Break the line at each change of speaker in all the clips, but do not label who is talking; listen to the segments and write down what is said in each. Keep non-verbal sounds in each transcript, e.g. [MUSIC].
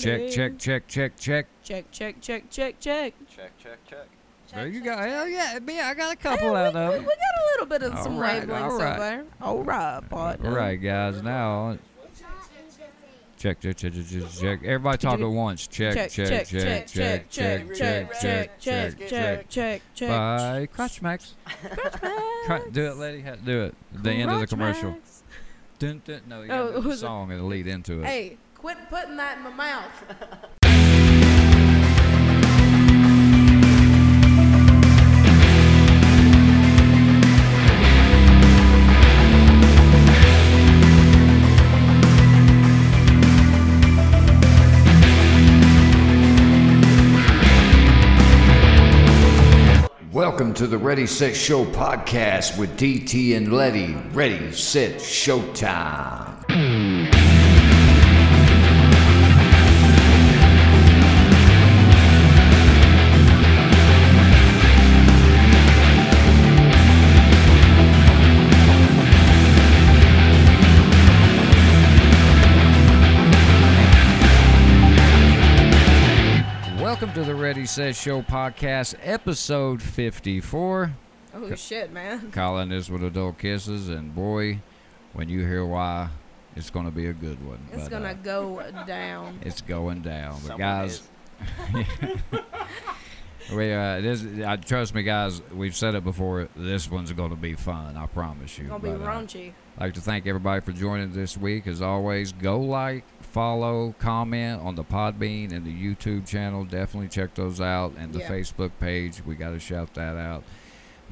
Check, check, check, check, check.
Check, check, check, check, check.
Check, check, check.
There you go. Hell yeah, yeah, I got a
Hey,
couple
we,
out of
we, we
them.
got a little bit of
All
some
right,
labeling
all
so
right.
far. All right,
All
partner.
right, guys. Now, check, check, check, check, check, check. Everybody talk at once. Check, check, check, check, check, check, check, check, check, check.
check, check.
By Crotch Max. [LAUGHS] Cr- Do it, lady. Ha- Do it. The end of the
Crotch
commercial.
max.
Dun, dun, no, you
Oh,
gotta do the
was it-
song and lead into it.
Hey, quit putting that in my mouth. [LAUGHS]
Welcome to the Ready Set Show podcast with DT and Letty. Ready Set Showtime.
Welcome to the Ready Set Show podcast, episode 54.
Oh shit, man.
Colin is with adult kisses, and boy, when you hear why, it's going to be a good one.
It's
But,
gonna
uh,
go
[LAUGHS]
down.
it's going down. But
Someone
guys,
is-
we uh, this uh, trust me, guys. We've said it before. This one's going to be fun. I promise you.
It's gonna be
But, uh,
raunchy.
I'd like to thank everybody for joining this week. As always, go like, follow, comment on the Podbean and the YouTube channel. Definitely check those out and the
Yeah.
Facebook page. We got to shout that out.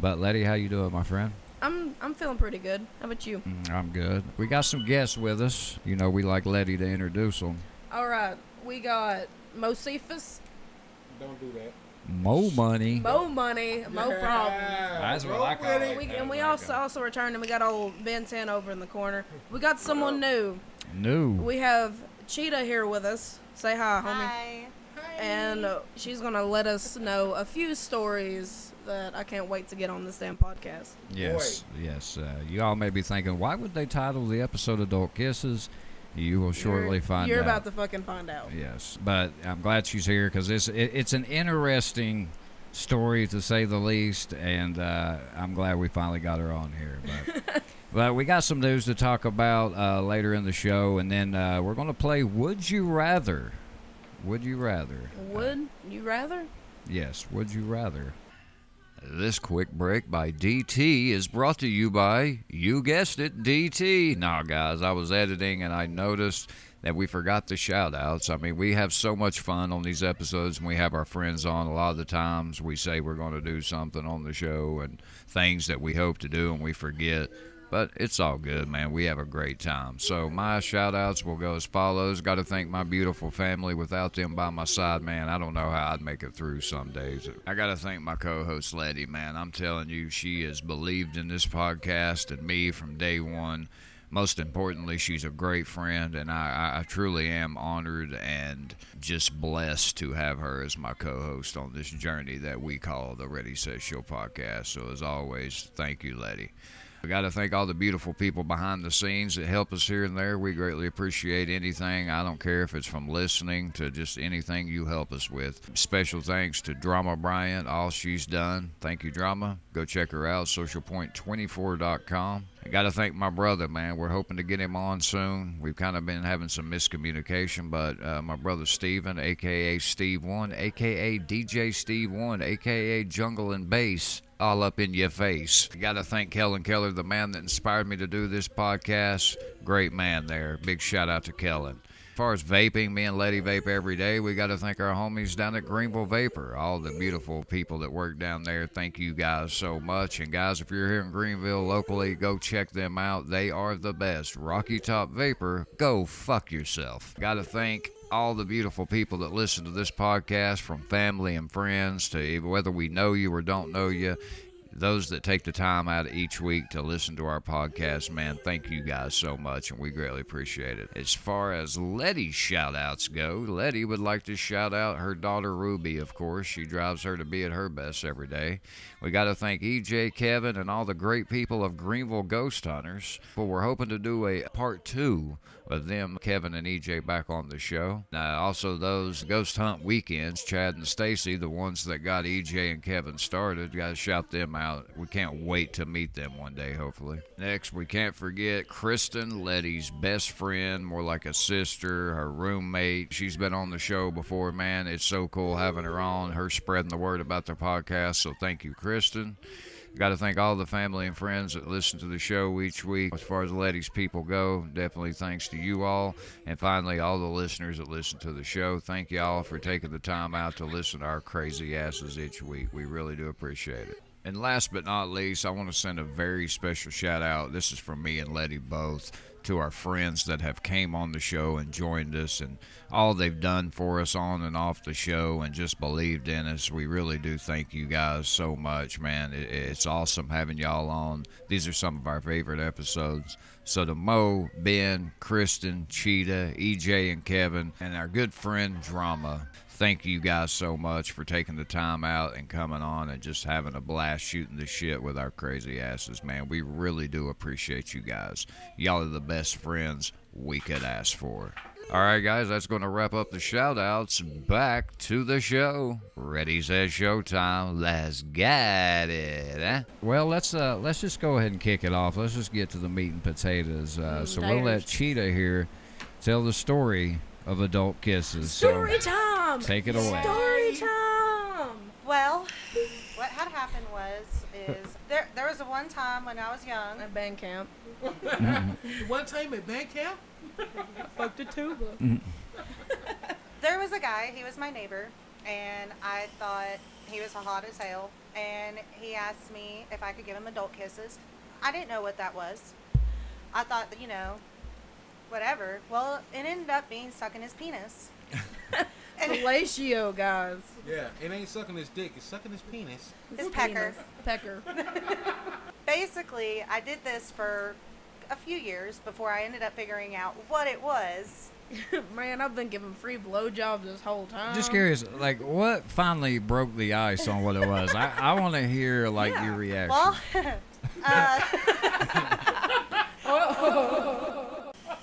But Letty, how you doing, my friend?
I'm I'm feeling pretty good. How about you?
Mm, I'm good. We got some guests with us. You know, we like Letty to introduce them.
All right, we got Mo Cephas,
Don't do that.
Mo Money.
Mo Money, Mo Problem.
That's what I call it.
We, and we also also returned and we got old Ben Tan over in the corner. We got someone new.
New.
We have Cheetah here with us. Say hi, homie.
Hi.
And uh, she's gonna let us know a few stories that I can't wait to get on this damn podcast.
Yes. Yes. Uh, you all may be thinking, why would they title the episode Adult Kisses? You will shortly
you're,
find
You're
out.
about to fucking find out.
Yes, but I'm glad she's here because it's it, it's an interesting story to say the least, and uh, I'm glad we finally got her on here. But, but we got some news to talk about uh, later in the show, and then uh, we're going to play Would You Rather. Would you rather?
Would you rather?
Yes, would you rather? This quick break by DT is brought to you by, you guessed it, DT. Now, guys, I was editing and I noticed that we forgot the shout outs. I mean, we have so much fun on these episodes and we have our friends on. A lot of the times we say we're going to do something on the show and things that we hope to do and we forget. But it's all good, man. We have a great time. So my shout outs will go as follows. Got to thank my beautiful family. Without them by my side, man, I don't know how I'd make it through some days. I got to thank my co-host Letty, man. I'm telling you, she has believed in this podcast and me from day one. Most importantly, she's a great friend, and I, I- I truly am honored and just blessed to have her as my co host on this journey that we call the Ready Set Show podcast. So, as always, thank you, Letty. We got to thank all the beautiful people behind the scenes that help us here and there. We greatly appreciate anything. I don't care if it's from listening to just anything you help us with. Special thanks to Drama Bryant, all she's done. Thank you, Drama. Go check her out, socialpoint24.com. I got to thank my brother, man. We're hoping to get him on soon. We've kind of been having some miscommunication, but uh, my brother Steven, aka Steve One, aka DJ Steve One, aka Jungle and Bass all up in your face. Got to thank Kellen Keller, the man that inspired me to do this podcast. Great man there. Big shout out to Kellen. As far as vaping, me and Letty vape every day. We got to thank our homies down at Greenville Vapor, all the beautiful people that work down there. Thank you guys so much. And guys, if you're here in Greenville locally, go check them out. They are the best. Rocky Top Vapor, go fuck yourself. Got to thank all the beautiful people that e, listen to this podcast from family and friends to whether we know you or don't know you those that take the time out each week to listen to our podcast, man, thank you guys so much, and we greatly appreciate it. As far as Letty's shout outs go, Letty would like to shout out her daughter Ruby, of course. She drives her to be at her best every day. We got to thank EJ, Kevin, and all the great people of Greenville Ghost Hunters. But we're hoping to do a part two of them, Kevin and EJ, back on the show. Uh, also, those ghost hunt weekends, Chad and Stacy, the ones that got EJ and Kevin started, got to shout them out. We can't wait to meet them one day, hopefully. Next, we can't forget Kristen, Letty's best friend, more like a sister, her roommate. She's been on the show before, man. It's so cool having her on, her spreading the word about the podcast. So thank you, Kristen. Got to thank all the family and friends that listen to the show each week. As far as the ladies people go, definitely thanks to you all. And finally, all the listeners that listen to the show. Thank y'all for taking the time out to listen to our crazy asses each week. We really do appreciate it. And last but not least, I want to send a very special shout out. This is from me and Letty both to our friends that have came on the show and joined us and all they've done for us on and off the show and just believed in us. We really do thank you guys so much, man. It, it's awesome having y'all on. These are some of our favorite episodes. So to Mo, Ben, Kristen, Cheetah, EJ, and Kevin, and our good friend Drama. Thank you guys so much for taking the time out and coming on and just having a blast shooting the shit with our crazy asses, man. We really do appreciate you guys. Y'all are the best friends we could ask for. All right, guys, that's going to wrap up the shout outs. Back to the show. Ready, says showtime. Let's get it. eh? Well, let's uh, let's just go ahead and kick it off. Let's just get to the meat and potatoes. Uh, so we'll let Cheetah here tell the story of adult kisses. So-
Story time.
Take it away.
Story time.
Well, what had happened was is there there was a one time when I was young.
At band [LAUGHS]
[LAUGHS]
camp.
One time at band camp,
Fucked a tuba.
There was a guy. He was my neighbor, and I thought he was hot as hell. And he asked me if I could give him adult kisses. I didn't know what that was. I thought that you know, whatever. Well, it ended up being sucking his penis.
Fellatio, guys.
yeah, it ain't sucking his dick; it's sucking his penis.
His pecker.
penis. Pecker. [LAUGHS]
Basically, I did this for a few years before I ended up figuring out what it was.
Man, I've been giving free blowjobs this whole time.
Just curious, like what finally broke the ice on what it was? I, I want to hear like your reaction.
Well,
[LAUGHS]
uh,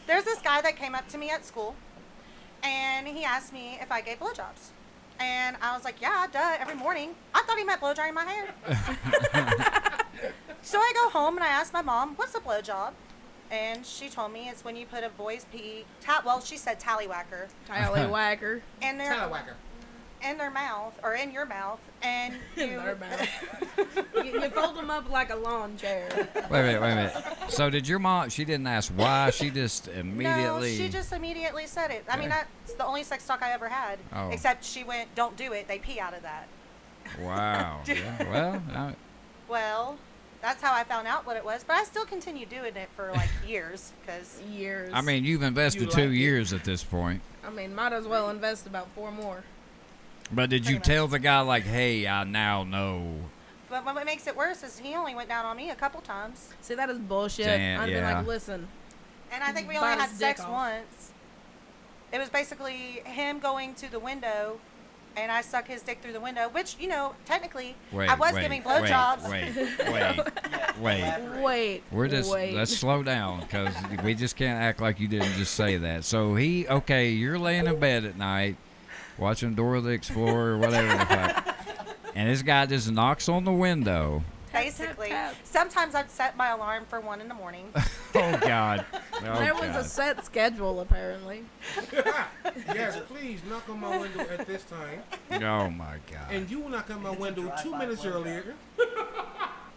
there's this guy that came up to me at school, and he asked me if I gave blowjobs, and I was like, "Yeah, duh, every morning." I thought he meant blow drying
[LAUGHS]
my hair. so I go home and I ask my mom, "What's a blowjob?" And she told me it's when you put a boy's pee. Ta- well, she said tallywhacker
Uh-huh.
Tallywhacker.
in their
Tallywhacker.
in their mouth or in your mouth, and
[LAUGHS]
you
In their mouth. you, you fold them up like a lawn chair.
wait a minute, wait a minute. So did your mom? She didn't ask why. She just immediately.
No, she just immediately said it. I mean,
Okay.
that's the only sex talk I ever had.
Oh.
Except she went, "Don't do it." They pee out of that.
Wow. Yeah, well, I,
Well, that's how I found out what it was. But I still continued doing it for
[LAUGHS]
like years because
Years.
I mean, you've invested
You like
two
it.
years at this point.
I mean, might as well invest about four more.
But did you
Pretty much.
tell the guy like, "Hey, I now know"?
but what what makes it worse is he only went down on me a couple times,
See, that is bullshit.
Damn,
I'd be
yeah.
like, listen,
and I think we
Bite
only
his
had
dick
sex
off.
once. It was basically him going to the window, and I suck his dick through the window, which you know technically
Wait,
I was
wait,
giving blowjobs.
Wait, wait, wait, wait.
wait.
We're just
wait.
let's slow down because we just can't act like you didn't just say that. So he okay, you're laying in bed at night watching Dora the Explorer or whatever, the fuck, and this guy just knocks on the window.
Basically,
tap.
sometimes I'd set my alarm for one in the morning.
Oh God! Oh,
there
God.
was a set schedule, apparently.
yes, please knock on my window at this time,
oh my God!
and you will knock on my window two minutes earlier.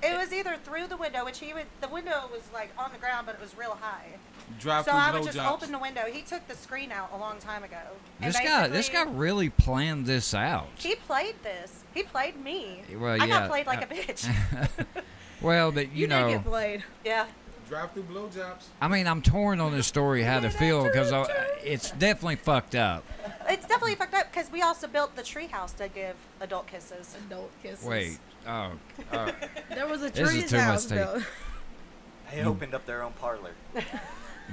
It was either through the window, which he would. The window was like on the ground, but it was real high.
Drive
So
through
I would just
blowjobs.
open the window. He took the screen out a long time ago. And
This guy, this guy
basically,
really planned this out.
He played this. He played me.
Well, yeah,
I got played like
uh,
a bitch.
Well, but [LAUGHS] you,
You,
know,
did get played.
yeah.
Drive through blowjobs.
I mean, I'm torn on this story how to feel because it's definitely fucked up.
It's definitely fucked up because we also built the tree house to give adult kisses.
Adult kisses.
Wait. Oh, uh,
There was a
This is
tree's
too much
house
tape.
built.
They opened up their own
[LAUGHS]
parlor.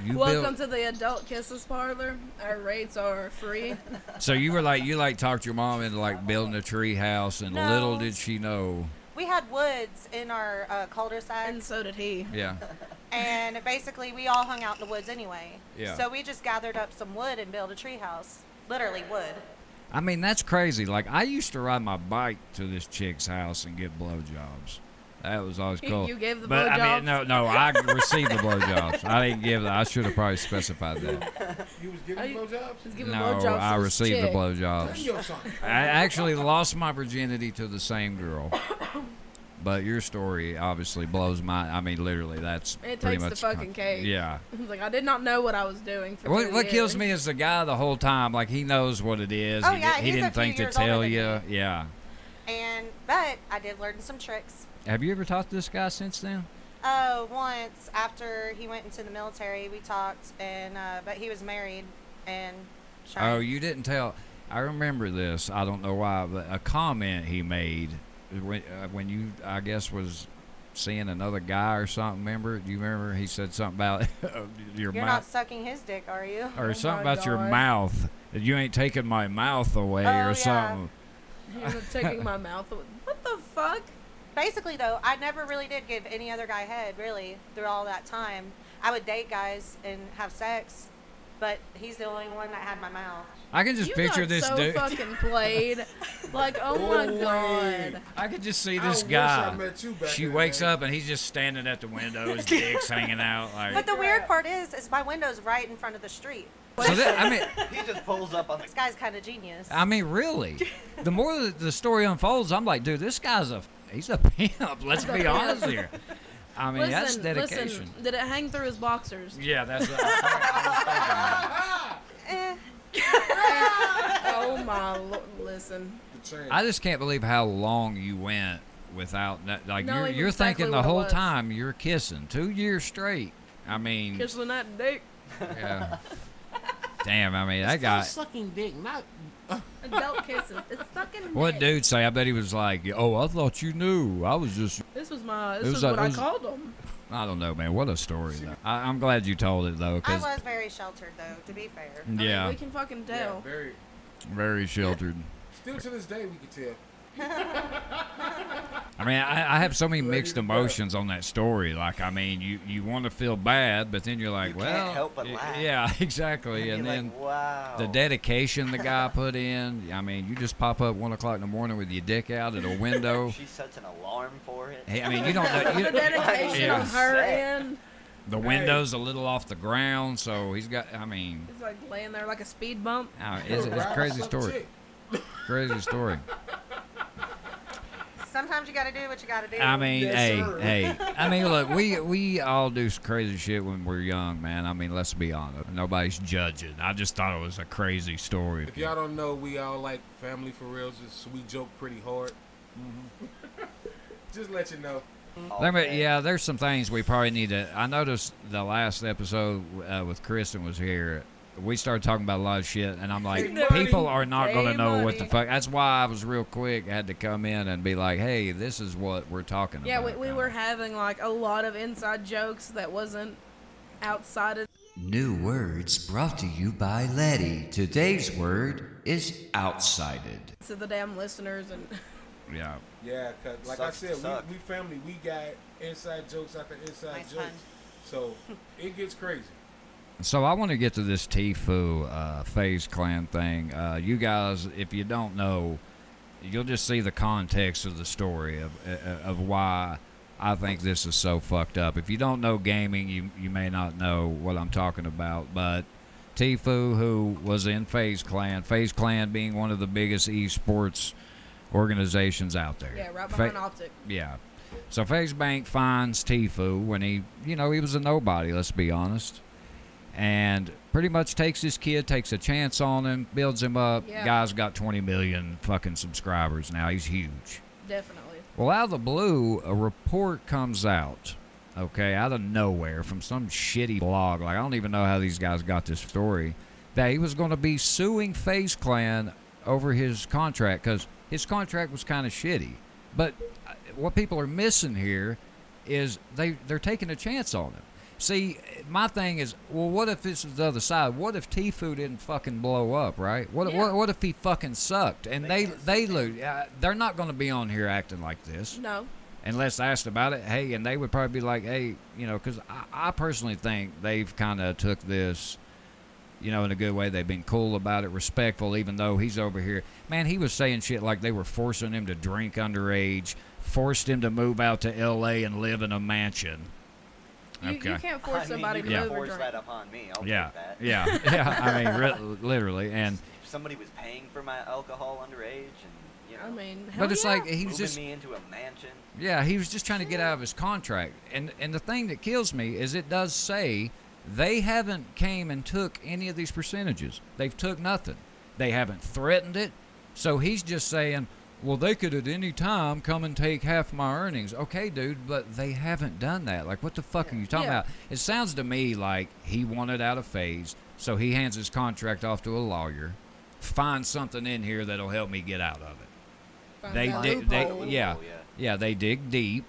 you
Welcome
built.
to the adult kisses parlor. Our rates are
[LAUGHS]
free.
so you were like you like talked your mom into like building a tree house, and
No.
little did she know.
We had woods in our uh, cul-de-sac,
And
and,
so did he.
Yeah.
basically we all hung out in the woods anyway.
Yeah.
So we just gathered up some wood and built a tree house. Literally wood.
I mean that's crazy. Like I used to ride my bike to this chick's house and get blowjobs. That was
[LAUGHS]
always
You-
cool.
you gave the
but, I
blowjobs?
mean, no, no, I received the blowjobs. I didn't give. The, I should have probably specified that.
You was
Are
giving
you- He's
blowjobs?
giving
no,
blowjobs
I
to this
received the
chick.
Tell
blowjobs.
your son.
I actually lost my virginity to the same girl. [COUGHS] But your story obviously blows my. I mean, literally, that's
It
pretty
takes the
much
fucking cake.
[LAUGHS]
Yeah.
He's like, I did not know what I was doing. For
What,
two
what kills
years."
me is the guy the whole time. Like he knows what it is.
Oh,
he,
yeah,
di- he
he's a
didn't
few
think to
years older
tell
than
you.
me.
Yeah.
And but I did learn some tricks.
Have you ever talked to this guy since then?
Oh, once after he went into the military, we talked, and uh, but he was married, and
Oh, you didn't tell. I remember this. I don't know why, but a comment he made when, uh, when you, I guess, was seeing another guy or something. Remember? Do you remember he said something about [LAUGHS] your
you're not
mouth
sucking his dick, are you?
or
Oh
something
my
about your
God.
mouth? that You ain't taking my mouth away
Oh,
or
yeah.
something.
He was taking my mouth. away. What the fuck?
Basically, though, I never really did give any other guy head really through all that time. I would date guys and have sex, but he's the only one that had my mouth.
I can [LAUGHS] just
you
picture
got
this
so
dude.
fucking played. like, oh my
Boy.
god.
I could just see
I
this
wish
guy.
I met you back
she
in the
wakes
day.
up and he's just standing at the window, his dick's hanging out. Like,
But the weird part is, is my window's right in front of the street.
so that, I mean,
He just pulls up on the
This guy's kind of genius.
I mean, really. The more the, the story unfolds, I'm like, dude, this guy's a he's a pimp. Let's be honest here. I mean, that's
Listen,
dedication.
listen. Did it hang through his boxers?
Yeah, that's. [LAUGHS] that's
Eh,
[LAUGHS] oh my lord. Listen.
The change.
I just can't believe how long you went without that. Like
No,
you're,
it was
you're
exactly
thinking the
what it
whole
was.
time you're kissing two years straight. I mean,
Kissing that dick.
yeah. damn. I mean, that guy.
sucking dick, not
Adult kisses. It's fucking.
What
dick.
dude say? I bet he was like, "Oh, I thought you knew. I was just
This was my.
It
This
was
is
like-
what
it
I
was-
called him.
I don't know, man. What a story, though. I, I'm glad you told it, though,
I
because
was very sheltered, though. To be fair,
I mean,
yeah,
we can fucking
yeah,
tell.
very.
very sheltered.
Still to this day, we can tell.
I mean, I, I have so many mixed emotions on that story. Like, I mean, you, you want to feel bad, but then you're like,
You can't
well,
help but
y-
laugh.
yeah, [LAUGHS] exactly.
You're
[LAUGHS] And then
like, wow.
Oh.
the dedication the guy put in. I mean, you just pop up one o'clock in the morning with your dick out at a
[LAUGHS]
window.
She sets an alarm for it.
hey, I mean, you don't know.
The
You,
dedication
Yeah.
on her
Sick.
end.
the window's a little off the ground, so he's got. I mean,
It's like laying there like a speed bump.
uh, it's, it's a
Right,
crazy
suck
story.
dick.
Crazy story.
sometimes you got to do what you got to do.
I mean,
Yes,
hey,
sir.
hey. I mean, look, we we all do s- crazy shit when we're young, man. I mean, let's be honest. Nobody's judging. I just thought it was a crazy story.
If y'all don't know, we all like family for reals. Just we joke pretty hard. Mm-hmm. [LAUGHS] just let you know.
Oh,
Let me-
Okay.
yeah, there's some things we probably need to. I noticed the last episode uh, with Kristen was here. We started talking about a lot of shit, and I'm like,
Big money.
people are not going to
Big
know what the
money.
fuck. That's why I was real quick, had to come in and be like, hey, this is what we're talking
Yeah,
about.
we, we
kinda.
were having like a lot of inside jokes that wasn't outside of.
New words brought to you by Letty. Today's word is outsided.
To the damn listeners and
Yeah.
Yeah, cause like
Sucks to
I said,
suck.
we, we family. We got inside jokes after inside
Nice
jokes.
pun. [LAUGHS]
So it gets crazy.
So I want to get to this Tfue uh, Phase Clan thing. Uh, you guys, if you don't know, you'll just see the context of the story of uh, of why I think this is so fucked up. If you don't know gaming, you you may not know what I'm talking about. But Tfue, who was in Phase Clan, Phase Clan being one of the biggest esports organizations out there.
yeah, right
Fa-
behind optic.
yeah. So Faze Bank finds Tfue when he, you know, he was a nobody, let's be honest. And pretty much takes his kid, takes a chance on him, builds him up.
Yeah.
Guy's got 20 million fucking subscribers now. He's huge.
Definitely.
Well, out of the blue, a report comes out, okay, out of nowhere from some shitty blog. Like, I don't even know how these guys got this story. that he was going to be suing Face Clan over his contract because his contract was kind of shitty. But uh, what people are missing here is they they're taking a chance on him. See, my thing is, well, what if this is the other side? What if Tfue didn't fucking blow up, right? What
Yeah.
what, what if he fucking sucked and they they lose? Uh, they're not going to be on here acting like this
No.
unless asked about it, hey, and they would probably be like, hey, you know, because I, I personally think they've kind of took this, you know, in a good way. They've been cool about it, respectful, even though he's over here. Man, he was saying shit like they were forcing him to drink underage, forced him to move out to L.A. and live in a mansion.
You, you can't force
I mean,
somebody
you
to
can
move or
force
drink.
that upon me. I'll
yeah,
take that.
yeah, yeah. I mean, re-
[LAUGHS]
literally, and
If somebody was paying for my alcohol underage, and you know,
I mean, hell
but it's
yeah.
like he was
moving
just
me into a mansion.
Yeah, he was just trying to get out of his contract. And and the thing that kills me is it does say they haven't came and took any of these percentages. They've took nothing. They haven't threatened it. So he's just saying, well, they could at any time come and take half my earnings. Okay, dude, but they haven't done that. Like, what the fuck are you talking
Yeah.
about? It sounds to me like he wanted out of phase, so he hands his contract off to a lawyer. Find something in here that'll help me get out of it
Find
they
that
dig, they,
loophole.
yeah,
Loophole, yeah.
yeah, they dig deep.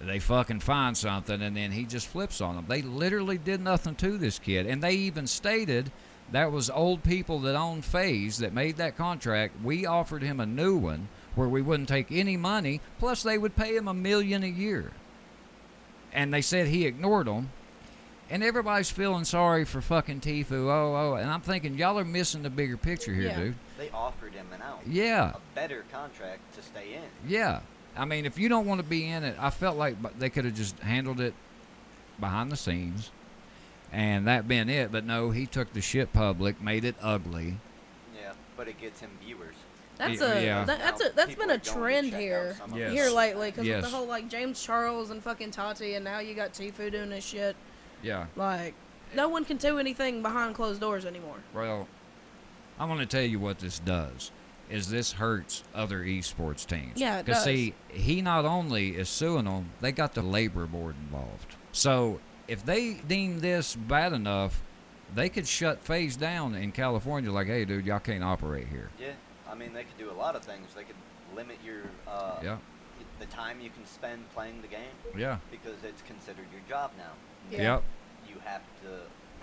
They fucking find something, and then he just flips on them. They literally did nothing to this kid, and they even stated that was old people that owned Phase that made that contract. We offered him a new one where we wouldn't take any money, plus they would pay him a million a year. And they said he ignored them, and everybody's feeling sorry for fucking Tfue. Oh, oh, and I'm thinking y'all are missing the bigger picture here,
Yeah.
dude.
They offered him an out.
Yeah.
A better contract to stay in.
Yeah. I mean, if you don't want to be in it, I felt like b- they could have just handled it behind the scenes and that been it. But no, he took the shit public, made it ugly.
Yeah, but it gets him viewers.
That's
Yeah,
a
yeah.
that, that's
Now
a that's
people
been a
are going to
trend
check out
here
some of
Yes.
them.
here lately because
Yes.
the whole like James Charles and fucking Tati, and now you got Tfue doing this shit.
Yeah.
Like, no one can do anything behind closed doors anymore.
Well, I want to tell you what this does. Is this hurts other esports teams?
Yeah, it
Because
does.
see, he not only is suing them, they got the labor board involved. So if they deem this bad enough, they could shut Phase down in California. Like, hey, dude, y'all can't operate here.
Yeah, I mean they could do a lot of things. They could limit your uh,
Yeah.
the time you can spend playing the game
Yeah.
because it's considered your job now.
Yeah.
Yep.
You have to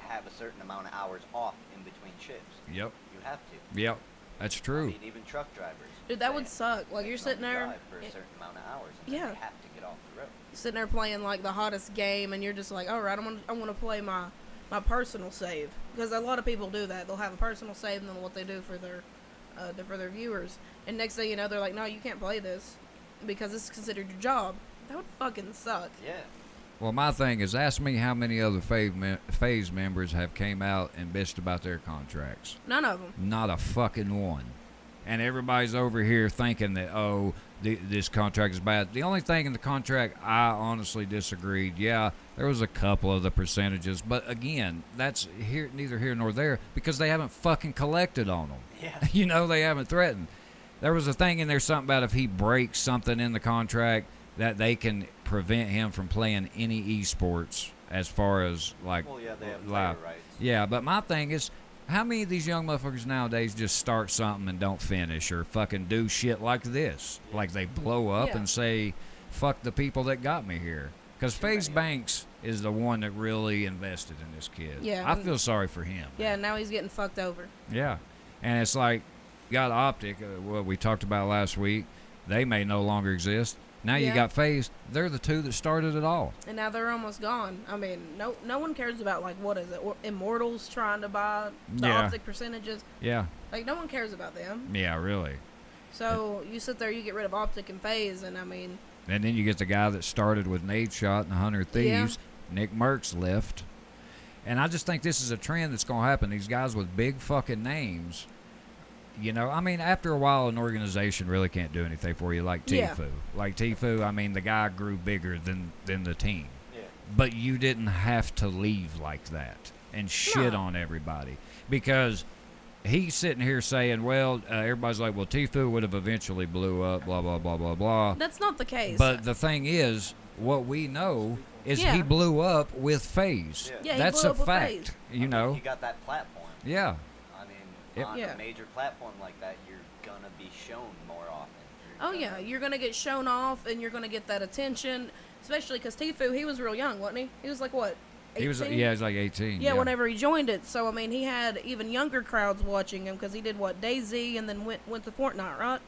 have a certain amount of hours off in between shifts.
Yep.
You have to.
Yep, that's
I
true.
mean, even truck drivers.
Dude, that
they-
would suck. Like
they
you're
can
sitting
only
there,
drive for a
y-
certain amount of hours. And then
Yeah.
They have to get off the road.
sitting there playing like the hottest game, and you're just like, all right, I'm gonna I want to play my my personal save because a lot of people do that. They'll have a personal save and then what they do for their uh, their- for their viewers. And next thing you know, they're like, no, you can't play this because this is considered your job. That would fucking suck.
Yeah.
Well, my thing is, ask me how many other phase, mem- phase members have came out and bitched about their contracts.
None of them.
Not a fucking one. And everybody's over here thinking that oh, th- this contract is bad. The only thing in the contract I honestly disagreed. Yeah, there was a couple of the percentages, but again, that's here neither here nor there because they haven't fucking collected on them.
Yeah.
[LAUGHS] you know they haven't threatened. There was a thing in there something about if he breaks something in the contract that they can prevent him from playing any esports as far as like
[LAUGHS] Well, yeah, they have
live.
player rights.
Yeah, but my thing is how many of these young motherfuckers nowadays just start something and don't finish or fucking do shit like this? Like they blow up
Yeah.
and say, fuck the people that got me here. Because
many
FaZe
of 'em.
Banks is the one that really invested in this kid.
Yeah,
I
and-
feel sorry for him.
Yeah, now he's getting fucked over.
Yeah, and it's like got optic, uh, what we talked about last week. They may no longer exist. Now you
Yeah.
got phase. They're the two that started it all.
and now they're almost gone. I mean, no no one cares about like what is it? Or Immortals trying to buy the
Yeah.
optic percentages.
Yeah,
Like no one cares about them.
yeah, really.
So you sit there, you get rid of optic and phase, and I mean,
And then you get the guy that started with Nade Shot and Hunter Thieves. Nick Merckx left, and I just think this is a trend that's gonna happen. These guys with big fucking names. You know, I mean, after a while, an organization really can't do anything for you. Like
Yeah.
Tfue, like Tfue. I mean, the guy grew bigger than than the team.
Yeah.
but you didn't have to leave like that and shit
No.
on everybody because he's sitting here saying, "Well, uh, everybody's like, well, Tfue would have eventually blew up, blah blah blah blah blah."
that's not the case.
But the thing is, what we know is
Yeah.
he blew up with Phase.
Yeah.
Yeah, he
That's
blew
a
up with
fact.
FaZe.
You
I mean,
know,
He got that platform.
Yeah.
I mean,
Yep.
on
Yeah.
a major platform like that, you're gonna be shown more often. You're
Oh
gonna-
yeah, you're gonna get shown off, and you're gonna get that attention, especially because Tifu, he was real young, wasn't he? He was like what? 18?
He was uh, yeah, he's like 18.
Yeah, whenever he joined it, so I mean, he had even younger crowds watching him because he did what Daisy, and then went went to Fortnite, right?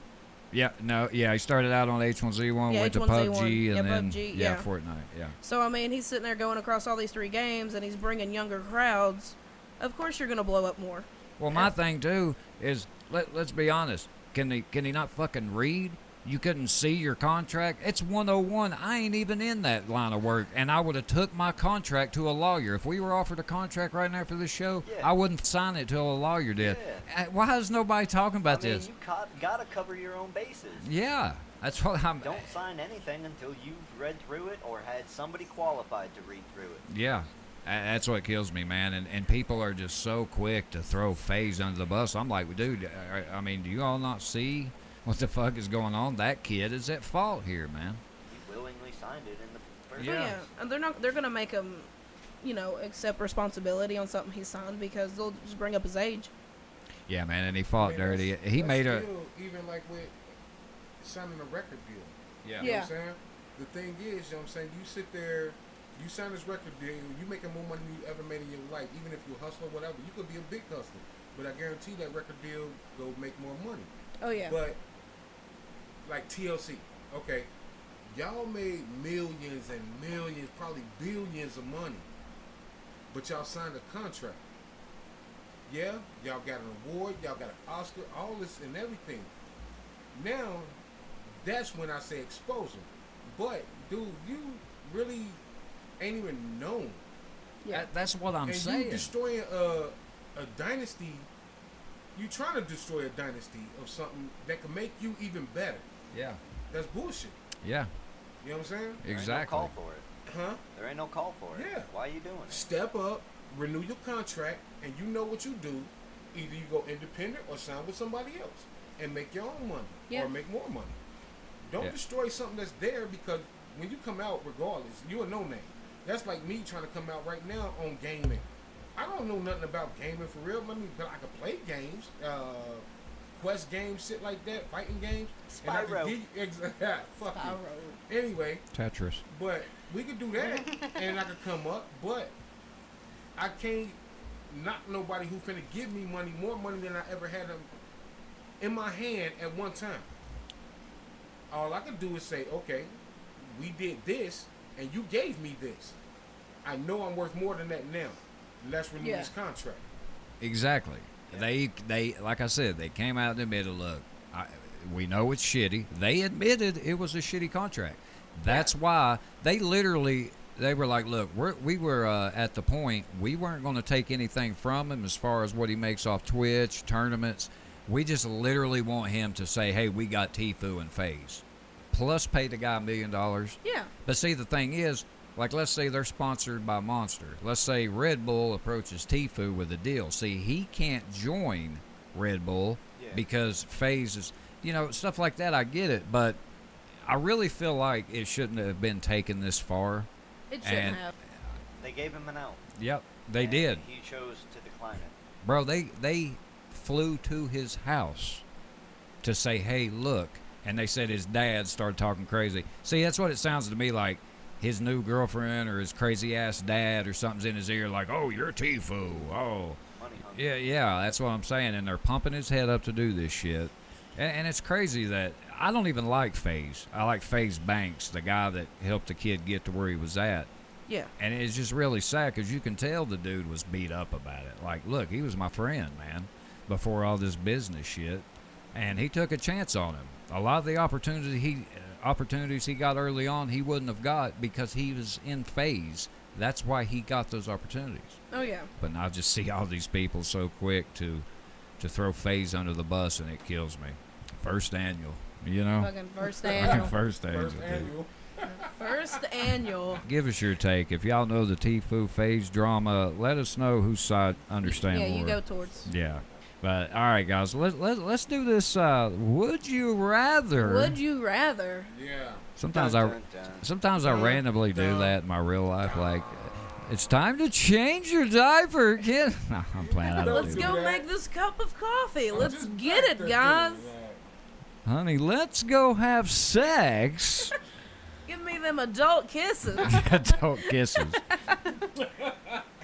Yeah, no, yeah, he started out on H1Z1,
Yeah,
went to
H1Z1,
PUBG,
yeah,
and then
PUBG,
yeah,
yeah.
Fortnite. Yeah.
So I mean, he's sitting there going across all these three games, and he's bringing younger crowds. Of course, you're gonna blow up more.
Well, my thing too is let let's be honest. Can he can he not fucking read? You couldn't see your contract. It's 101. I ain't even in that line of work, and I would have took my contract to a lawyer. If we were offered a contract right now for this show,
Yeah.
I wouldn't sign it till a lawyer did.
Yeah.
Uh, Why is nobody talking
I
about
mean,
this?
you co- gotta cover your own bases.
Yeah, that's what I'm.
Don't sign anything until you've read through it or had somebody qualified to read through it.
Yeah. A- That's what kills me, man. And, and people are just so quick to throw FaZe under the bus. I'm like, dude, uh, I, I mean, do you all not see what the fuck is going on? That kid is at fault here, man.
You willingly signed it in the first
Yeah.
Oh, yeah, and they're not. They're gonna make him, you know, accept responsibility on something he signed because they'll just bring up his age.
Yeah, man. And he fought
Man,
Oh, dirty.
that's-
He
that's
made a.
still Even like with signing a record deal. You know
Yeah.
what I'm saying? The thing is, you know what I'm saying? You sit there, you sign this record deal, you making more money than you ever made in your life, even if you hustle or whatever. You could be a big hustler. But I guarantee that record deal go make more money.
Oh yeah.
But like TLC, okay, y'all made millions and millions, probably billions of money, but y'all signed a contract. Yeah, y'all got an award, y'all got an Oscar, all this and everything. Now, that's when I say expose them. But dude, you really ain't even known,
yeah.
That- that's what I'm
and you
saying.
destroying a a dynasty. You trying to destroy a dynasty of something that could make you even better.
yeah.
That's bullshit.
Yeah.
You know what I'm saying?
There ain't
Exactly.
no call for it.
Huh?
There ain't no call for it.
Yeah.
Why are you doing it?
Step up, renew your contract, and you know what you do. Either you go independent or sign with somebody else and make your own money
Yeah.
or make more money. Don't
Yeah.
destroy something that's there because when you come out, regardless, you're a no name. That's like me trying to come out right now on gaming. I don't know nothing about gaming for real. I mean, but I can play games, uh, quest games, shit like that, fighting games. and I could
Spyro.
give you- [LAUGHS] ex- fuck you. Anyway,
Tetris.
but we could do
[LAUGHS]
that, and I could come up. But I can't knock nobody who finna give me money, more money than I ever had um, in my hand at one time. All I could do is say, okay, we did this, and you gave me this. I know I'm worth more than that now. Let's renew
Yeah.
this contract.
Exactly. They they like I said, they came out in the middle. Look, I, we know it's shitty. They admitted it was a shitty contract. That's why they literally they were like, look, we're, we were uh, at the point we weren't going to take anything from him as far as what he makes off Twitch tournaments. We just literally want him to say, hey, we got Tfue and Phase, plus pay the guy a million dollars.
Yeah.
But see, the thing is, like, let's say they're sponsored by Monster. Let's say Red Bull approaches Tifu with a deal. See, he can't join Red Bull
Yeah.
because Phase is, you know, stuff like that. I get it, but I really feel like it shouldn't have been taken this far.
It shouldn't
And-
have.
They gave him an out.
Yep, they
and
did,
He chose to decline it.
bro. They they flew to his house to say, "Hey, look," and they said his dad started talking crazy. See, that's what it sounds to me like. His new girlfriend or his crazy ass dad or something's in his ear, like, "Oh, you're Tifu." Oh,
Money hungry.
yeah, yeah, that's what I'm saying. And they're pumping his head up to do this shit. And, and it's crazy that I don't even like FaZe. I like FaZe Banks, the guy that helped the kid get to where he was at.
Yeah.
And it's just really sad because you can tell the dude was beat up about it. Like, look, he was my friend, man, before all this business shit, and he took a chance on him. A lot of the opportunity he uh, opportunities he got early on, he wouldn't have got because he was in phase. That's why he got those opportunities.
Oh yeah.
But now I just see all these people so quick to to throw phase under the bus, and it kills me. First annual, you know, [LAUGHS]
Fucking first annual.
first annual.
First
dude.
annual.
first annual.
Give us your take. If y'all know the Tfue phase drama, let us know whose side understand
Yeah,
more.
you go towards.
Yeah. But all right, guys, let, let, let's do this. Uh, would you rather?
Would you rather?
Yeah.
Sometimes I
Dun, dun, dun.
sometimes I randomly do
dun,
that in my real life. Like It's time to change your diaper, kid. [LAUGHS] No, I'm playing. I don't
Let's
do
do
go
that.
make this cup of coffee.
I'm
Let's
just
get
back
it,
there
guys.
doing that.
that. Honey, let's go have sex. [LAUGHS]
Give me them adult kisses.
Adult kisses.
[LAUGHS]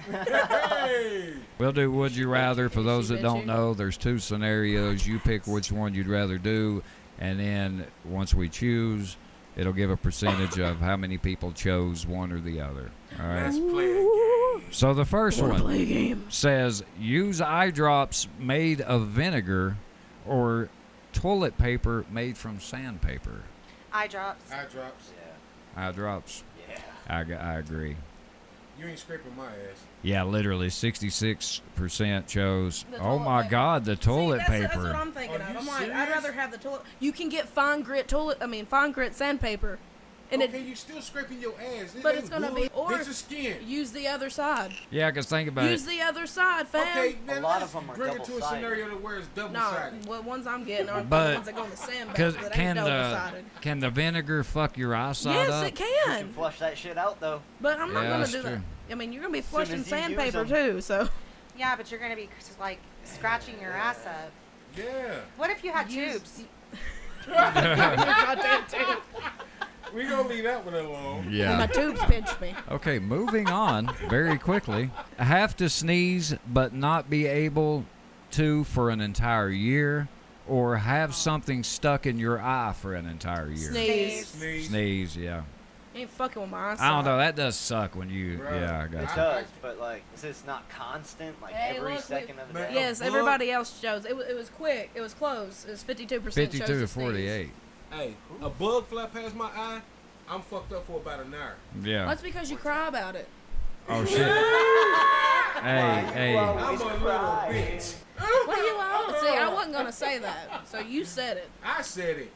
Hey,
We'll do Would You Rather. For those that don't
bitchy.
know, there's two scenarios. You pick which one you'd rather do, and then once we choose, it'll give a percentage of how many people chose one or the other. All
let's
right.
play a game.
So the first one
Play game.
says use eye drops made of vinegar or toilet paper made from sandpaper.
Eye drops.
Eye drops.
Yeah.
Eye drops.
Yeah.
I, g- I agree.
You ain't scraping my ass.
Yeah, literally 66% chose.
The
Oh
toilet
my
paper.
God, the toilet
See, that's,
paper.
That's what I'm thinking
Are
of.
you
I'm like, I'd
serious?
rather have the toilet. You can get fine grit toilet. I mean, fine grit sandpaper, and
okay,
it
you still scraping your ass. It
But
ain't
it's gonna
wood.
be- or-
this is skin.
use the other side.
Yeah, 'cause think about
use
it.
the other side, fam.
Okay, now
A lot
let's
of 'em are
bring it to a
double-sided.
scenario to where it's double
No,
sided.
what ones I'm getting are
But-
the ones that go in the sandbag.
Cause
that ain't
can
double
the
sided.
can the vinegar fuck your eye side
Yes,
up?
it
You can
can.
flush that shit out though.
But I'm not
Yeah,
gonna
that's
do that.
true.
I mean, you're gonna be
soon as
flushing
you use
sandpaper
'em.
too, so
Yeah, but you're gonna be like scratching your ass up.
Yeah.
What if you had
Use-
tubes?
[LAUGHS] goddamn tube.
We gonna leave that one
Oh
alone.
My
Yeah.
tubes pinched me.
[LAUGHS] okay, moving on very quickly. Have to sneeze but not be able to for an entire year, or have something stuck in your eye for an entire year.
Oh. Sneeze.
Sneeze.
Sneeze, yeah.
Ain't fucking with my eyes.
I don't know. That does suck when you.
Bruh.
Yeah, I
It
got you.
does, but like since it's not constant, like
Hey,
every
look, we-
second of the
Man,
day.
Yes,
Look.
everybody else chose. It, wa- it was quick. It was close. It was 52%. chose
Fifty-two to
sneeze.
forty-eight.
Hey, a bug fly past my eye, I'm fucked up for about an hour.
Yeah.
That's because you cry about it.
Oh shit.
[LAUGHS]
hey, hey.
I'm a little bitch.
What do you want? See, I wasn't going to say that. So you said it.
I said it.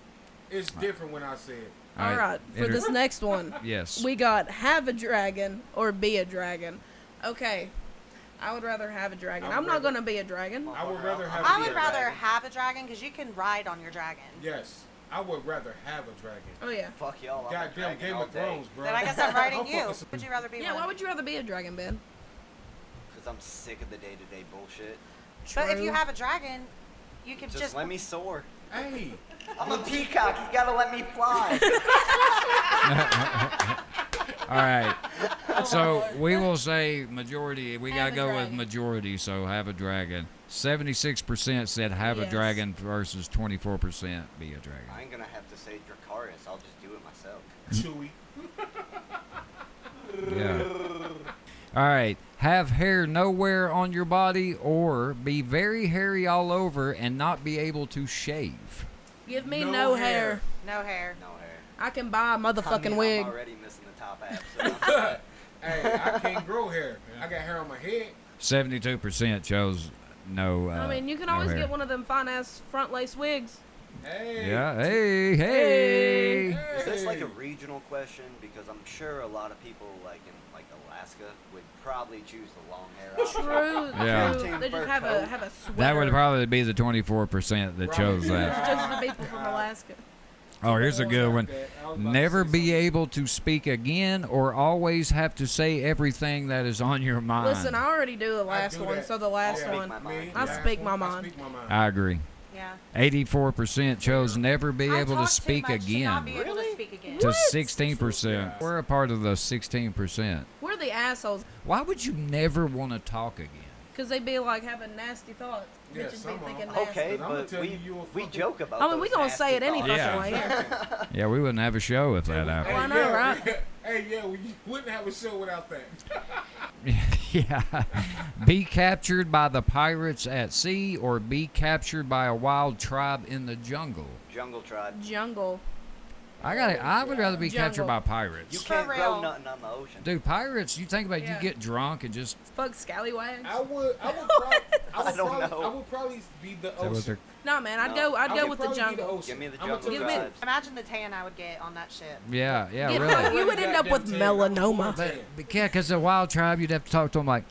It's different when I say it.
All
All
right,
right. For
inter-
this next one,
Yes.
we got have a dragon or be a dragon. Okay. I would rather have a dragon.
I
I'm
would
not
rather-
going to be a dragon.
I would rather have.
I
be
would
a
rather
dragon.
have a dragon because you can ride on your dragon.
Yes, I would rather have a dragon.
Oh, yeah.
Fuck y'all. I'm a
Goddamn
dragon
Game
all
of Thrones, bro.
Then I guess
[LAUGHS]
I'm riding
I'm
you.
fucking-
Would you rather be
Yeah,
one?
why would you rather be a dragon, Ben?
Because I'm sick of the day-to-day bullshit.
But if
True.
you have a dragon, you could
Just,
just.
let me soar.
Hey,
I'm a peacock. You gotta let me
[LAUGHS]
fly.
[LAUGHS]
All right. So we will say majority. We
Have
gotta
a
go with
dragon.
majority. So have a dragon. Seventy-six percent said have a
Yes.
dragon versus twenty-four percent be a
I
dragon.
ain't gonna have to say Dracaris. I'll just do it myself.
Chewy.
Yeah. [LAUGHS] All right. Have hair nowhere on your body, or be very hairy all over and not be able to shave.
Give me
No
no,
hair.
hair.
No hair.
No hair.
I can buy a
I mean,
motherfucking wig.
I'm already missing the top half. So
hey, I can't grow hair. I got hair on my head.
Seventy-two percent chose no. Uh,
I mean, you can
no
always
hair.
get one of them fine ass front lace [LAUGHS] wigs.
Hey.
Yeah. Hey. Hey.
Hey.
is this like a regional question? Because I'm sure a lot of people like in like Alaska would probably choose the long hair.
True,
option.
Yeah.
true. They just have a have a sweater.
That would probably be the twenty-four percent that chose that.
It's just the people from Alaska.
Oh, here's a good one.
I was about to
Never
say
be
something.
able to speak again or always have to say everything that is on your mind.
Listen, I already do the last
do
one,
that.
so the last
Yeah.
one.
my
Me,
mind.
I
last
speak
one,
my
I
mind.
speak my [LAUGHS] mind.
I agree.
Yeah.
84% chose never be
I
able to
talk too
speak
much To
again.
not be able to speak again.
To 16%.
Yeah.
We're a part of the 16%.
We're the assholes
Why would you never want to talk again?
because they be like having nasty thoughts.
Yeah,
Bitches
some
be
of 'em.
thinking nasty.
Okay,
I'ma
but
tell
we,
you, you a
we
fucking-
joke about.
I mean, we
those
gonna say it any
nasty thoughts.
fucking
Yeah.
way here.
Yeah, we wouldn't have a show if that
[LAUGHS]
Hey,
happened.
Why not,
yeah,
right?
we- [LAUGHS] Hey, yeah, we wouldn't have a show without that.
[LAUGHS] yeah. Be captured by the pirates at sea or be captured by a wild tribe in the jungle.
Jungle tribe.
Jungle.
I got to I would rather be captured
Jungle.
by pirates.
You
For
can't grow
real.
nothing on the ocean.
Dude, pirates, you think about it,
Yeah.
you get drunk and just.
Fuck scallywags.
I would,
[LAUGHS]
I would, prob- I would
I don't
probably,
know.
I would probably be the
that was
ocean.
a-
Nah, man, I'd
No.
go. I'd
I
go
would
with the
probably be
jungle.
ocean.
Give me the
I'ma
jungle
take
Give me-
vibes.
Imagine the tan I would get on that ship.
yeah, yeah,
Get
[LAUGHS] really.
fucked.
[LAUGHS]
You would end up with
Goddamn tan.
melanoma.
Tan.
But, but yeah, because the wild tribe, you'd have to talk to them like,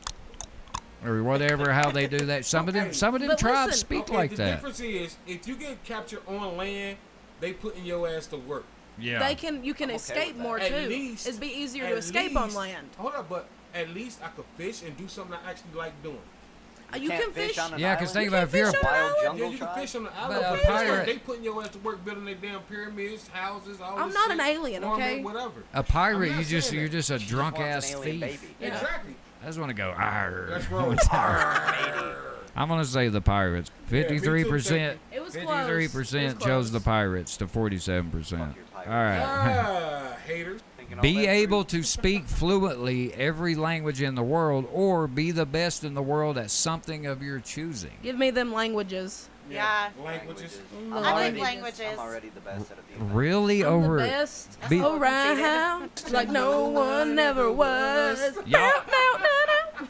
or whatever, how they do that. Some of them, some of them
But
tribes
listen-
speak
okay,
like
the
that.
difference is if you get captured on land, they putting your ass to work.
Yeah.
They can. You can
I'm okay
escape
with that.
more
At
too.
least-
It'd be easier
At
to escape on
least-
land.
Hold up, but at least I could fish and do something I actually like doing.
Uh, You
can't
can
fish
fish.
on an
Yeah, 'cause
island?
think
You
about
can't
if you're a
fish on an
wild
island?
Yeah,
jungle
you can
tribe.
fish on the
But
island.
a
but it's like
pirate-
they putting your ass to work building their damn pyramids, houses, all
I'm
this
not an
shit,
alien,
farming,
okay?
Whatever.
A pirate,
I'm not
you just
saying
you're
that.
just a
She
drunk
wants an
ass
alien
thief.
baby.
Yeah.
Exactly.
I just want to go. Arr. [LAUGHS]
That's wrong.
I'm gonna say the pirates.
me too,
Fifty-three percent.
It was close.
Fifty-three percent chose the pirates to forty-seven percent.
Fuck your
All
pirates.
right.
ah, haters.
Thinking all that
Be
through.
able to speak fluently every language in the world, or be the best in the world at something of your choosing.
Give me them languages.
Yeah.
Languages.
Mm,
I'm
I
already-
think languages.
I'm already the best at a few. things.
Really
I'm
over
the best
Be-
around, like no one ever was.
y'all.
No, no, no.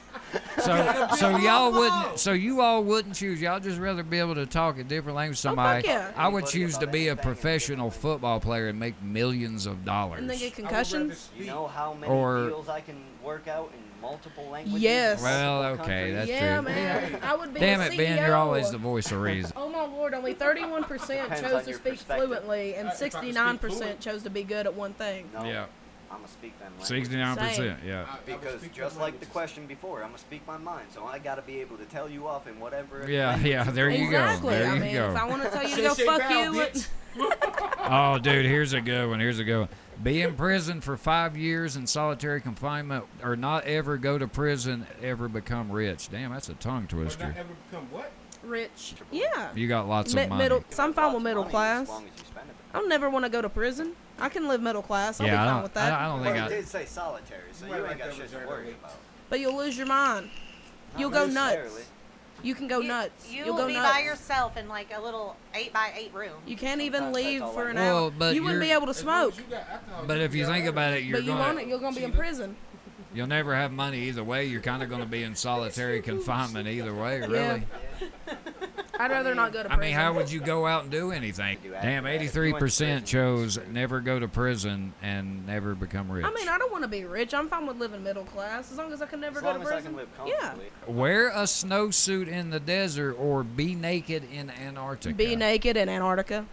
So so
be
y'all
alone.
wouldn't so you all wouldn't choose. Y'all just rather be able to talk a different language.
Oh, fuck
Somebody
yeah.
I would
Anybody
choose to
about
be
anything in
a
a different
professional
language.
football player and make millions of dollars.
And then get
I would rather
concussions.
speak.
You know how many
Or-
deals I can work out in multiple languages?
Yes.
Well,
multiple
okay,
countries?
that's
yeah,
true.
man. I would be
Damn
the E
it,
CEO.
Ben, you're always the voice of
[LAUGHS]
reason.
Oh my lord, only 31%
[LAUGHS] Depends
chose
on
to
your
speak
perspective.
fluently, and
Uh, if I could speak
69%
fluent.
chose to be good at one thing.
No,
Yeah.
I'm gonna speak them. languages.
Sixty-nine percent.
Same.
I- I
Yeah.
would
Because
speak
just
them
like the
languages.
question before, I'm gonna speak my mind, so I gotta be able to tell you off in whatever.
Yeah,
language
yeah,
you
there you
want.
go,
exactly.
there
I
you
mean,
go.
if I want to
[LAUGHS]
tell you to
Shit,
go
shit,
fuck
bow,
you,
bitch.
Oh, dude, here's a good one. Here's a good one. Be in prison for five years in solitary confinement, or not ever go to prison, ever become rich. Damn, that's a tongue
Would
twister.
not ever become what?
rich. Yeah.
You got lots
Mi-
of money.
middle,
You can
some
have
fine
lots
with
of
middle
money
class.
As long as you spend it.
I'll never want to go to prison. I can live middle class. I'll
yeah,
be
I
fine
don't,
with
I
that.
don't- I don't
Well,
think
it
I.
did say solitary, so
Right,
you
right,
ain't got
that
shit
was
to
right
worry
away.
about.
But you'll lose your mind.
Not
You'll go nuts.
necessarily.
You can go
You-
nuts.
You
will
will
go
be
nuts.
by yourself in like a little eight by eight room.
You can't even
Sometimes that's
leave
all
for
I
an
know. Well,
hour.
but
you wouldn't be
you're-
able to
As long
smoke.
as you got alcohol,
But
you'll
if
be
you think
alright.
about it, you're
But you
going.
won't. You're gonna be in
Cheetah.
prison.
You'll never have money either way. You're kind of going to be in solitary confinement either way, really.
I'd rather not go to
I
prison.
mean, how would you go out and do anything?
Do
Damn,
acrobatics.
83% chose
Going to prison.
never go to prison and never become rich.
I mean, I don't want to be rich. I'm fine with living middle class as long as I can never
As
go
long
to
as I
prison.
can live
yeah.
comfortably.
Wear a snowsuit in the desert or be naked in Antarctica.
Be naked in Antarctica.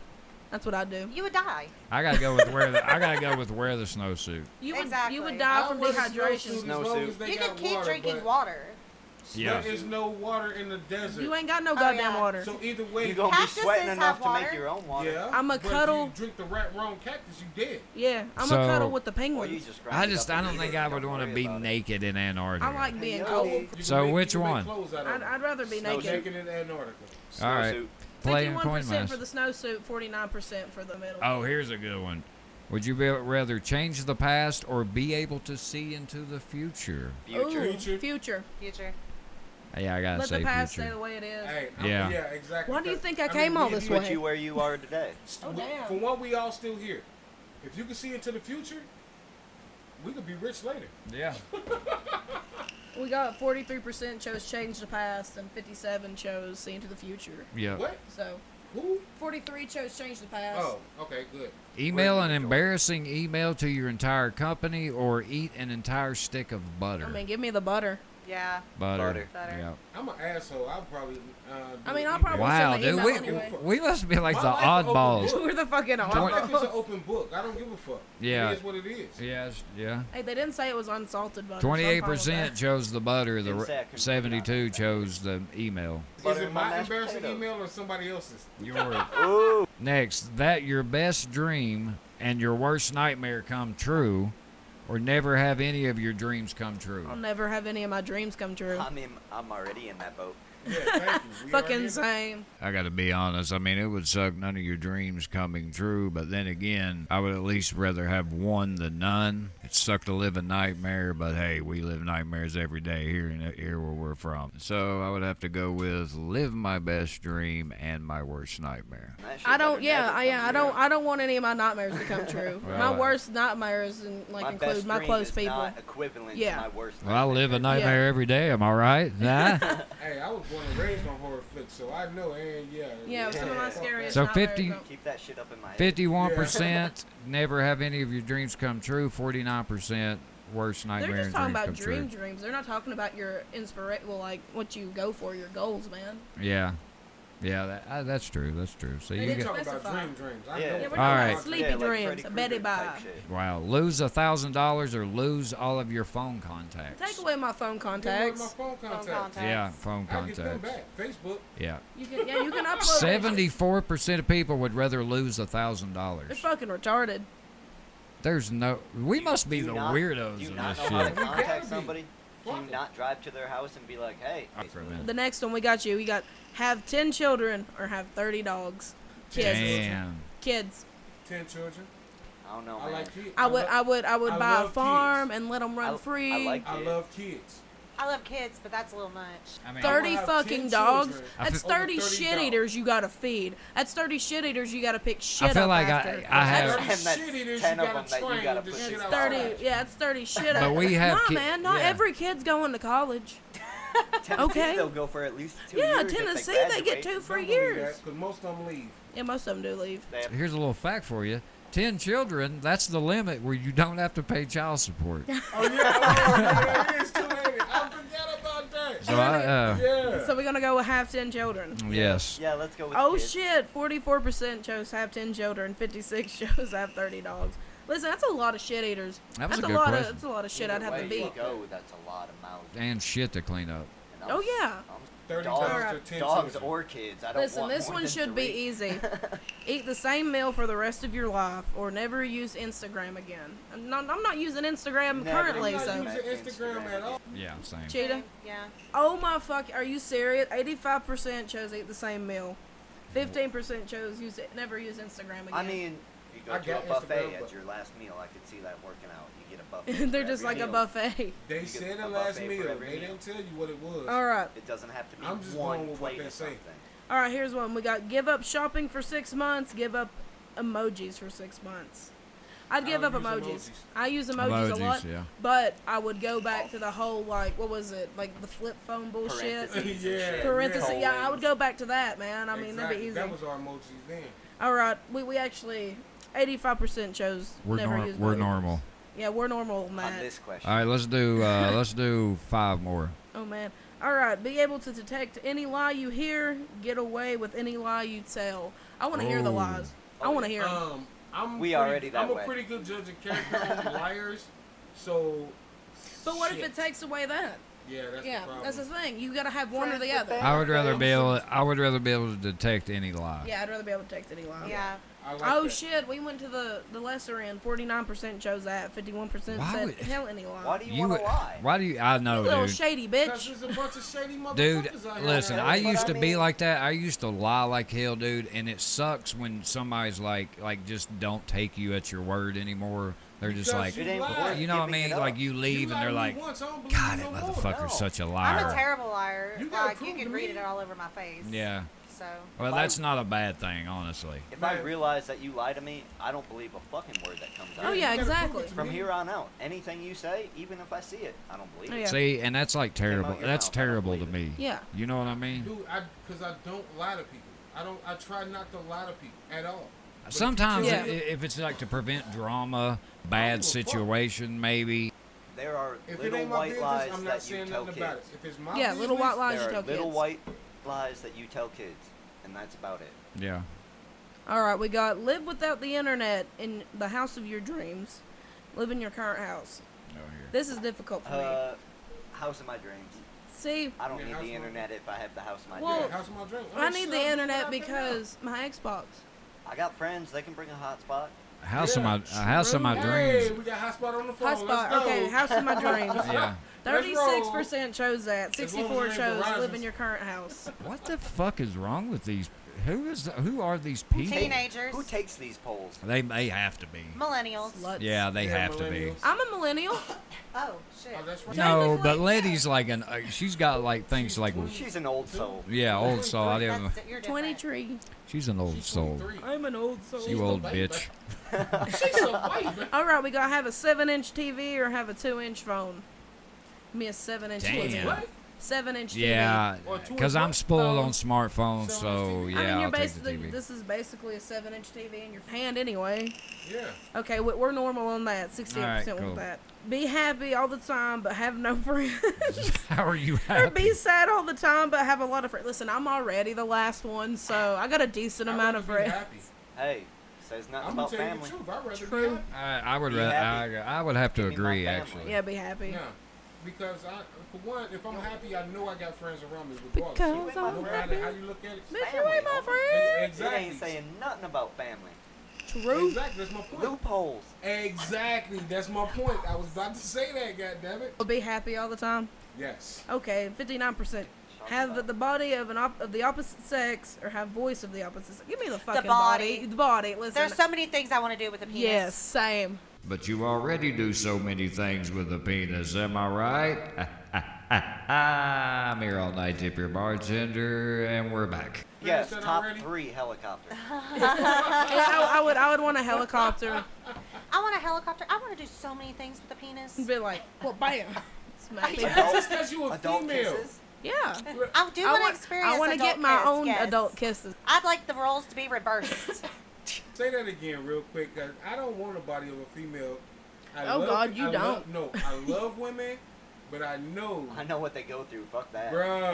That's what I do.
You would die.
I gotta go with wear the. I gotta go with wear the
[LAUGHS]
snowsuit.
You would
Exactly.
you would
I
die from
would snowsuit
dehydration.
as
No
long
suit.
as they
you could
got
keep
water,
drinking
but
water.
Yeah.
There is no water in the desert.
You ain't got no goddamn
yeah.
water.
so either way,
You're gonna be
Cactuses
sweating
have
enough to make
water.
your own water.
yeah.
I'm a
but if
cuddle.
You drink the rat wrong cactus, you dead.
yeah, I'm
So-
gonna cuddle with the
Or you
penguins.
just grind
I
it
just.
up
I
and
don't
eat
think
it.
I would
Don't
want
worry
to be
about it.
naked in Antarctica.
I like being
Yeah.
cold.
You can
So
make- you
which
can make
one?
clothes out of
I'd,
it.
I'd rather be
Snow
naked.
Naked in Antarctica.
All right.
Snowsuit.
Play and coin
51%
mask.
for the snowsuit, 49% for the middle.
Oh, here's a good one. Would you be, rather change the past or be able to see into the future?
Future.
Ooh,
Future.
future.
Future.
Yeah, I gotta
Let
say
the past stay
future.
the way it is.
Hey, I'm-
Yeah.
yeah, exactly.
Why do you think I
mean,
came
we-
all this
we-
way?
Put you where you are
[LAUGHS]
today.
Oh,
we-
damn.
For one, we all still here. If you can see into the future, we could be rich later.
yeah.
We got 43% chose change the past and 57 chose see into the future.
Yeah.
What?
So
Who?
43 chose change the past.
Oh, okay, good.
Email an
Where's the door?
embarrassing email to your entire company or eat an entire stick of butter.
I mean, give me the butter.
Yeah.
butter.
Butter.
Butter.
Yeah.
I'm an asshole. I'll probably. Uh, do
I mean,
an
I'll
email.
probably- Well,
Wow,
send the
dude,
email
we,
anyway.
we must be like
My
the
life is open
oddballs.
[LAUGHS]
book.
We're the fucking
My life is an
oddballs.
open book. I don't give a fuck.
Yeah.
It is what it is.
Yes, yeah.
Hey, they didn't say it was unsalted butter. so I'm fine with
Twenty-eight percent
that.
chose the butter. The
Didn't
re-
say I couldn't
seventy-two
figure it out.
chose the email.
Is
Butter
it
in my
my
mashed
embarrassing
potatoes.
email or somebody else's?
Your
Ooh.
next that your best dream and your worst nightmare come true, or never have any of your dreams come
Oh,
true.
I'll never have any of my dreams come true.
I'm in, I'm already in that boat.
Yeah, thank you. We already-
fucking same.
I got to be honest. I mean, it would suck none of your dreams coming true, but then again, I would at least rather have one than none. It sucked to live a nightmare, but hey, we live nightmares every day here in here where we're from. So I would have to go with live my best dream and my worst nightmare.
That shit
I
better
don't. Yeah,
never
I,
come
yeah. I
true.
don't. I don't want any of my nightmares to come true.
[LAUGHS] Well,
my
I-
worst nightmares and like
my
include
best
my
dream
close
is
people.
Not equivalent
Yeah.
to my worst.
Well, I
nightmare.
live a nightmare every day. Am I
[LAUGHS]
right? Nah?
Hey, I was born and raised on horror flicks, so I know. And yeah.
yeah, some of my
Yeah.
scariest.
So
nightmares
50
don't-
Keep that shit up in my head.
51% never have any of your dreams come true. 49% worst nightmare.
They're just
and
talking
dreams
about
come
dream dreams. They're not talking about your inspira Well, like what you go for, your goals, man.
true. Yeah. Yeah, that, uh, that's true. That's true. So
They
you
We're
didn't
got
talking
specify.
about dream dreams. I
Yeah.
know.
Yeah,
what
we're
you're
talking
All
about
right.
sleepy
yeah, like
dreams,
Freddy Krueger
Betty
type
Bob.
shit.
wow, lose a thousand dollars or lose all of your phone contacts.
Take away my phone
Get rid of
contacts.
My phone contacts.
contacts.
Yeah, phone
I get them
contacts.
back. Facebook.
Yeah.
You can, yeah, you
[LAUGHS]
can upload. that shit.
Seventy-four percent of people would rather lose a thousand
It's
dollars.
fucking retarded.
There's no. We must be
Do
the
not-
weirdos
Do you
in
not
this
know how to
shit.
gotta
contact
be.
somebody? Do you
Fuck it.
not drive to their house and be like, hey,
Up for a minute.
The next one we got you. We got have ten children or have thirty dogs. Kids.
Damn.
Kids.
Ten children.
I don't know,
I
man.
like kids.
I would
love-
I would I would
I
buy a
love
farm and let them
I-
run
I
free.
like-
I love kids.
I love kids, but that's a little much.
I mean,
I
Thirty
have 10
fucking
children.
dogs.
I
That's
feel- Over
thirty
30
shit
dogs.
eaters you gotta feed. That's thirty shit eaters you gotta pick shit
feel
up
like I-
after.
I have-
That's-
Dirty
And that's
shit it is,
10
you
of
gotta
them that you
train
gotta
the
put
shit
shit
out
out.
of
Thirty, yeah, it's thirty shit.
But we have
nah,
ki-
man, not
yeah.
every kid's going to college.
Tennessee,
Okay.
they'll go for at least two
yeah,
years if
Tennessee,
they,
they, get two
graduate.
for years.
Because most of them leave.
Yeah, most of them do leave.
They have
Here's a little fact for you. Ten children. That's the limit where you don't have to pay child support.
[LAUGHS]
Oh yeah, oh, yeah, it is too many. I forgot about that.
So I, uh,
Yeah.
So we're gonna go with half ten children.
yes.
Yeah, let's go with
Oh
kids.
shit! Forty-four percent chose have ten children. Fifty-six [LAUGHS] shows have thirty dogs. Listen, that's a lot of shit eaters.
That was
that's
a good
lot of
question.
that's a lot of shit I'd
Either
have to
way
beat.
You go, that's a lot of mouths.
And shit to clean up.
And I'm-
Oh, yeah.
I'm-
30
dogs,
dogs or 10
dogs
children.
or kids. I don't
Listen,
want
this
more
one
than
should be
three. [LAUGHS]
easy. Eat the same meal for the rest of your life, or never use Instagram again. I'm not, I'm not using Instagram
Never.
I'm
currently,
not
so.
using Instagram,
Instagram.
at all.
Yeah, same.
Cheetah.
Yeah.
Oh my fuck! Are you serious? Eighty-five percent chose eat the same meal. Fifteen percent chose use it, never use Instagram again.
I mean, you go
I
to a
got
buffet
Instagram,
at
but-
your last meal. I could see that working out. You get a
[LAUGHS] [LAUGHS]
buffet.
they're
for
just
every
like a
meal. [LAUGHS]
buffet.
They
You
said
get a
the last
buffet
meal.
for every
They
meal.
didn't tell you what it was.
All right.
It doesn't have to be
I'm just
one
going with what
plate
they
or
say.
something.
All right, here's one. We got give up shopping for six months, give up emojis for six months. I'd
I
give up
don't
emojis.
use emojis.
I use emojis, a
Emojis,
lot,
yeah.
but I would go back to the whole like what was it like the flip phone bullshit.
Parentheses. and
[LAUGHS] Yeah.
shit.
Parenthesis. Yeah, I would
Colons.
go back to that, man. I mean,
exactly.
that'd
That
be
was
easy.
our emojis then.
All right, we, we actually, 85% chose
We're
never
nor-
use
we're
emojis.
normal.
Yeah, we're normal,
On
man.
this question.
All right, let's do
[LAUGHS]
uh, let's do five more.
Oh, man. All right, be able to detect any lie you hear, get away with any lie you tell. I want to hear the
Ooh.
lies. I
Oh,
want to hear 'em.
Um, I'm
We
pretty,
already that
I'm
way.
a pretty good judge of character
[LAUGHS]
on liars, so.
But what if
shit.
it takes away that?
Yeah, that's
yeah,
the problem.
that's the thing. You gotta have one or the
Friends with
other.
I would rather be able I would rather be able to detect any lie.
Yeah, I'd rather be able to take any line.
Yeah.
I like
oh
that.
shit, we went to the the lesser end. Forty nine percent chose that. Fifty one percent
Why
said
would-
tell any line.
Why do you,
You
want to lie?
why do you I
you
know
little
dude.
shady
'Cause
bitch.
there's a bunch of shady motherfuckers
Dude,
out here.
listen, I
but
used
I
to be
mean-
like that. I used to lie like hell, dude, and it sucks when somebody's like like just don't take you at your word anymore. They're just like
Because
It ain't
lie.
worth
you know what I
giving it
mean?
up.
Like you
You
leave and
lied
they're
to me
like
once, I don't believe
God,
you
that
no more."
motherfucker's
no.
such a
I'm a
liar.
terrible liar.
You gotta
like you
prove
can
to
read
me.
it all over my face.
Yeah.
So
Well,
Why-
that's not a bad thing, honestly.
If I
Man.
realize that you lie to me, I don't believe a fucking word that comes out.
Oh
of you.
yeah,
You gotta prove
exactly.
it to me.
From here on out, anything you say, even if I see it, I don't believe
Oh,
it.
yeah.
See, and that's like terrible.
out your
That's
mouth, I don't
terrible to me.
believe
Yeah.
You know what I mean?
Dude, I because I don't lie to people. I don't. I try not to lie to people at all. But if you
Sometimes,
tell
i-
me-
if it's like to prevent drama,
a
bad
Oh, fuck.
situation, maybe.
There are
If it
little
ain't my
white
business,
lies
I'm not
that you
saying
tell
nothing
kids.
about it. If it's my
Yeah, little white
business,
lies you
There are
tell
little
kids.
white lies that you tell kids, and that's about it.
Yeah.
All right, we got live without the internet in the house of your dreams. Live in your current house. This is difficult for me.
Uh, house of my dreams.
See,
I don't
Yeah,
need
house of
the
my
internet if I have the house of my
Well-
Yeah,
dreams.
how's my drink?
I
Oh,
need
shit,
the
I'm
internet
out there now.
because my Xbox.
I got friends; they can bring a hotspot.
House
Yeah,
of my a house of my
Hey,
dreams.
we got hotspot on the phone. Let's
Hotspot.
go.
Okay, house of
[LAUGHS]
my dreams.
Yeah.
Let's
Thirty-six
roll.
percent chose that.
As long as
Sixty-four
it ain't
chose live in
Verizon's.
your current house.
What the fuck is wrong with these? Who is? Who are these people?
teenagers,
Who takes these polls?
They may have to be.
millennials.
Sluts.
Yeah, they
Yeah,
have to be.
millennials.
I'm a millennial.
Oh shit.
Oh, that's right.
No,
Technically,
but
yeah.
Lady's like an. Uh, she's got like things like.
She's an old soul.
Yeah, old soul. I didn't.
That's, you're
Twenty
different.
tree.
She's an old
She's
soul.
23.
I'm an old soul.
You old bitch.
She's a white. man.
All right, we gotta have a seven-inch TV or have a two-inch phone. Give Me a seven-inch
Damn.
TV.
What?
seven inch TV.
Yeah,
Or two
because I'm
smartphones.
spoiled on smartphones,
So
so
it's-
yeah,
I mean,
will
you're
take the
basically
TV.
this is basically a seven inch TV in your hand anyway.
Yeah.
Okay, we- we're normal on that. Sixty eight
All
percent
right, cool.
with that. Be happy all the time, but have no [LAUGHS] friends.
[LAUGHS] How are
[LAUGHS]
you
or
happy?
be sad all the time, but have a lot of friends. Listen, I'm already the last one, so I got a decent
I'd
amount
rather
of
be
friends.
happy.
Hey, says nothing
I'm
about
gonna tell
family.
you the truth. I'd rather
True.
be happy.
I, I would.
Be
ra-
happy.
I, I would have to
Give me my
agree,
family.
actually.
Yeah, be happy.
Nah, because I, for one, if I'm happy, I know I got friends around me regardless.
Because
So
I'm
no
happy.
matter how you look at it.
Bitch, you ain't my
E-
friend.
It
Exactly.
ain't saying nothing about family.
True.
Exactly. That's my point.
Loopholes.
Exactly. That's my point. I was about to say that. goddammit. it.
Be happy all the time.
Yes.
Okay, fifty nine percent.
Shut
Have
up.
the body of an op- of the opposite sex, or have voice of the opposite sex. Give me the fucking
body.
The body. Listen.
There's so many things I want to do with a penis.
yes, same.
But you already do so many things with a penis, am I right? [LAUGHS] I'm here all night, tip your bartender, and we're back.
Yes,
Finished that
top
already?
three
[LAUGHS]
helicopters.
I, I- I would I would want a helicopter.
I want a helicopter. I want to do so many things with a penis.
Be like, well, bam, smack
[LAUGHS]
it.
Just because you a
Adult
female.
kisses.
Yeah.
I do
I
want to
want,
experience.
I want to
adult
get my
kiss,
own
yes.
adult kisses.
I'd like the roles to be reversed.
Say that again, real quick, 'cause I don't want a body of a female. I
Oh,
love-
God, you
I love-
don't.
no, I love women, but I know,
I know what they go through. Fuck that. [LAUGHS]
bruh,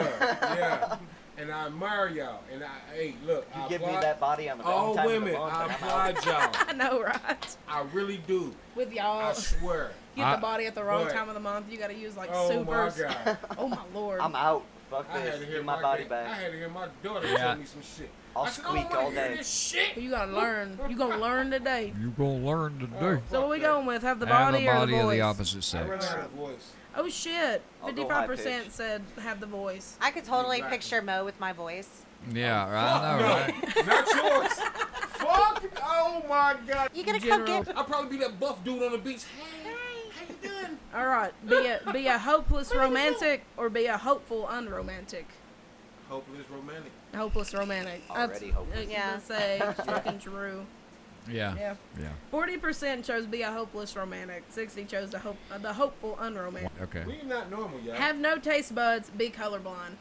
yeah, and I admire y'all. And I, hey, look,
You
I
give me
applaud-
that body, I'm a
All
time
women,
To the
I
month, and I'm out.
applaud y'all.
I know, right?
I really do.
With
I
y'all,
swear.
get
I-
the body at the wrong
What?
time of the month. You got to use Oh, like
Oh
supers.
my god.
Oh my lord.
I'm out. Fuck
I had
this.
to hear
Give
my,
my body
da- I
back.
had to hear my daughter
Yeah.
tell me some shit.
I'll
I said, "Oh, I don't
squeak
wanna
all
hear
day.
This shit.
you gotta learn. You gonna learn
[LAUGHS]
today.
You gonna learn to do.
Oh,
So what
fuck
we
that.
going with? Have the
Have
body,
a body
or the
of
voice?
the opposite
I really
sex.
had a voice.
Oh shit!
I'll go high
Fifty-five percent
pitch.
said have the voice.
I could totally
Exactly.
picture Mo with my voice.
Yeah,
Fuck
right. I know, right?
no. Not yours. Fuck. Oh my god.
You gonna
General.
come get?
I'll probably be that buff dude on the beach. Hey, how you doing?
All right, be a be a hopeless romantic or be a hopeful unromantic.
Hopeless romantic.
Hopeless romantic.
Already hopeless.
Yeah.
Yeah.
Say fucking Drew.
Yeah.
Yeah.
Yeah.
Forty percent chose be a hopeless romantic. Sixty chose the hope uh, the hopeful unromantic.
Okay.
We not normal, y'all.
Have no taste buds. Be colorblind.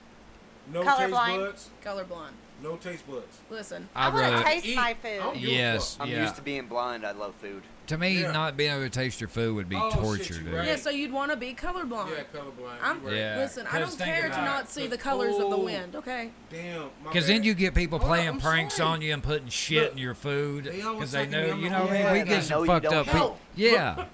no
colorblind.
taste buds.
Colorblind.
No taste buds.
Listen.
I
I'd
want to
rather-
taste
eat.
my
I'm-
food.
give a
Yes.
fuck.
I'm
yeah.
used to being blind. I love food.
To me,
Yeah.
not being able to taste your food would be
Oh, shit,
torture,
you
dude.
right.
Yeah. So you'd want to be colorblind.
Yeah, colorblind.
I'm-
you right.
Yeah.
Listen, I
'cause
don't
think
care to
about
not
it.
see the colors of the
Oh.
wind. Okay.
Damn. my
Because then
bad.
you get people
Hold on,
playing
I'm
pranks
sorry.
on you and putting shit
Look,
in your food
they always
because they
taking me
know
on
you
the
know what I
wrong
mean. We
way.
get
I know
some
you
fucked
don't
up
help.
people. Yeah.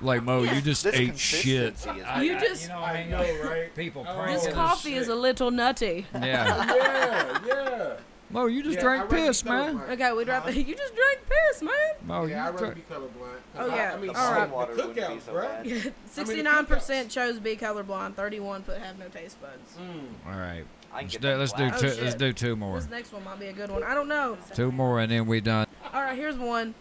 like Mo, you just
This
ate shit.
consistency is
I-
You
I-
just-
you know, what I
I
[LAUGHS] mean?
know, right?
People
Oh,
pranking
This
Oh,
coffee
shit.
is a little nutty.
Yeah.
Yeah, yeah.
Mo, you just
Yeah, I'd
drank
rather be
piss, man.
colorblind.
Okay, we drop.
Huh?
[LAUGHS] You just drank piss, man.
Mo, Oh,
yeah,
you
I'd
drank-
rather be colorblind. 'cause
Oh,
I,
yeah.
I mean,
All
shit,
right.
Water
the
wouldn't be
cookouts,
so
bruh.
bad.
[LAUGHS]
Sixty-nine percent chose be colorblind. Thirty-one put have no taste buds.
Mm.
All right.
I can
Let's
get
do,
that
let's do
glass.
two.
Oh,
let's
shit.
do two more.
This next one might be a good one. I don't know.
Two more, and then we done.
All right, here's one.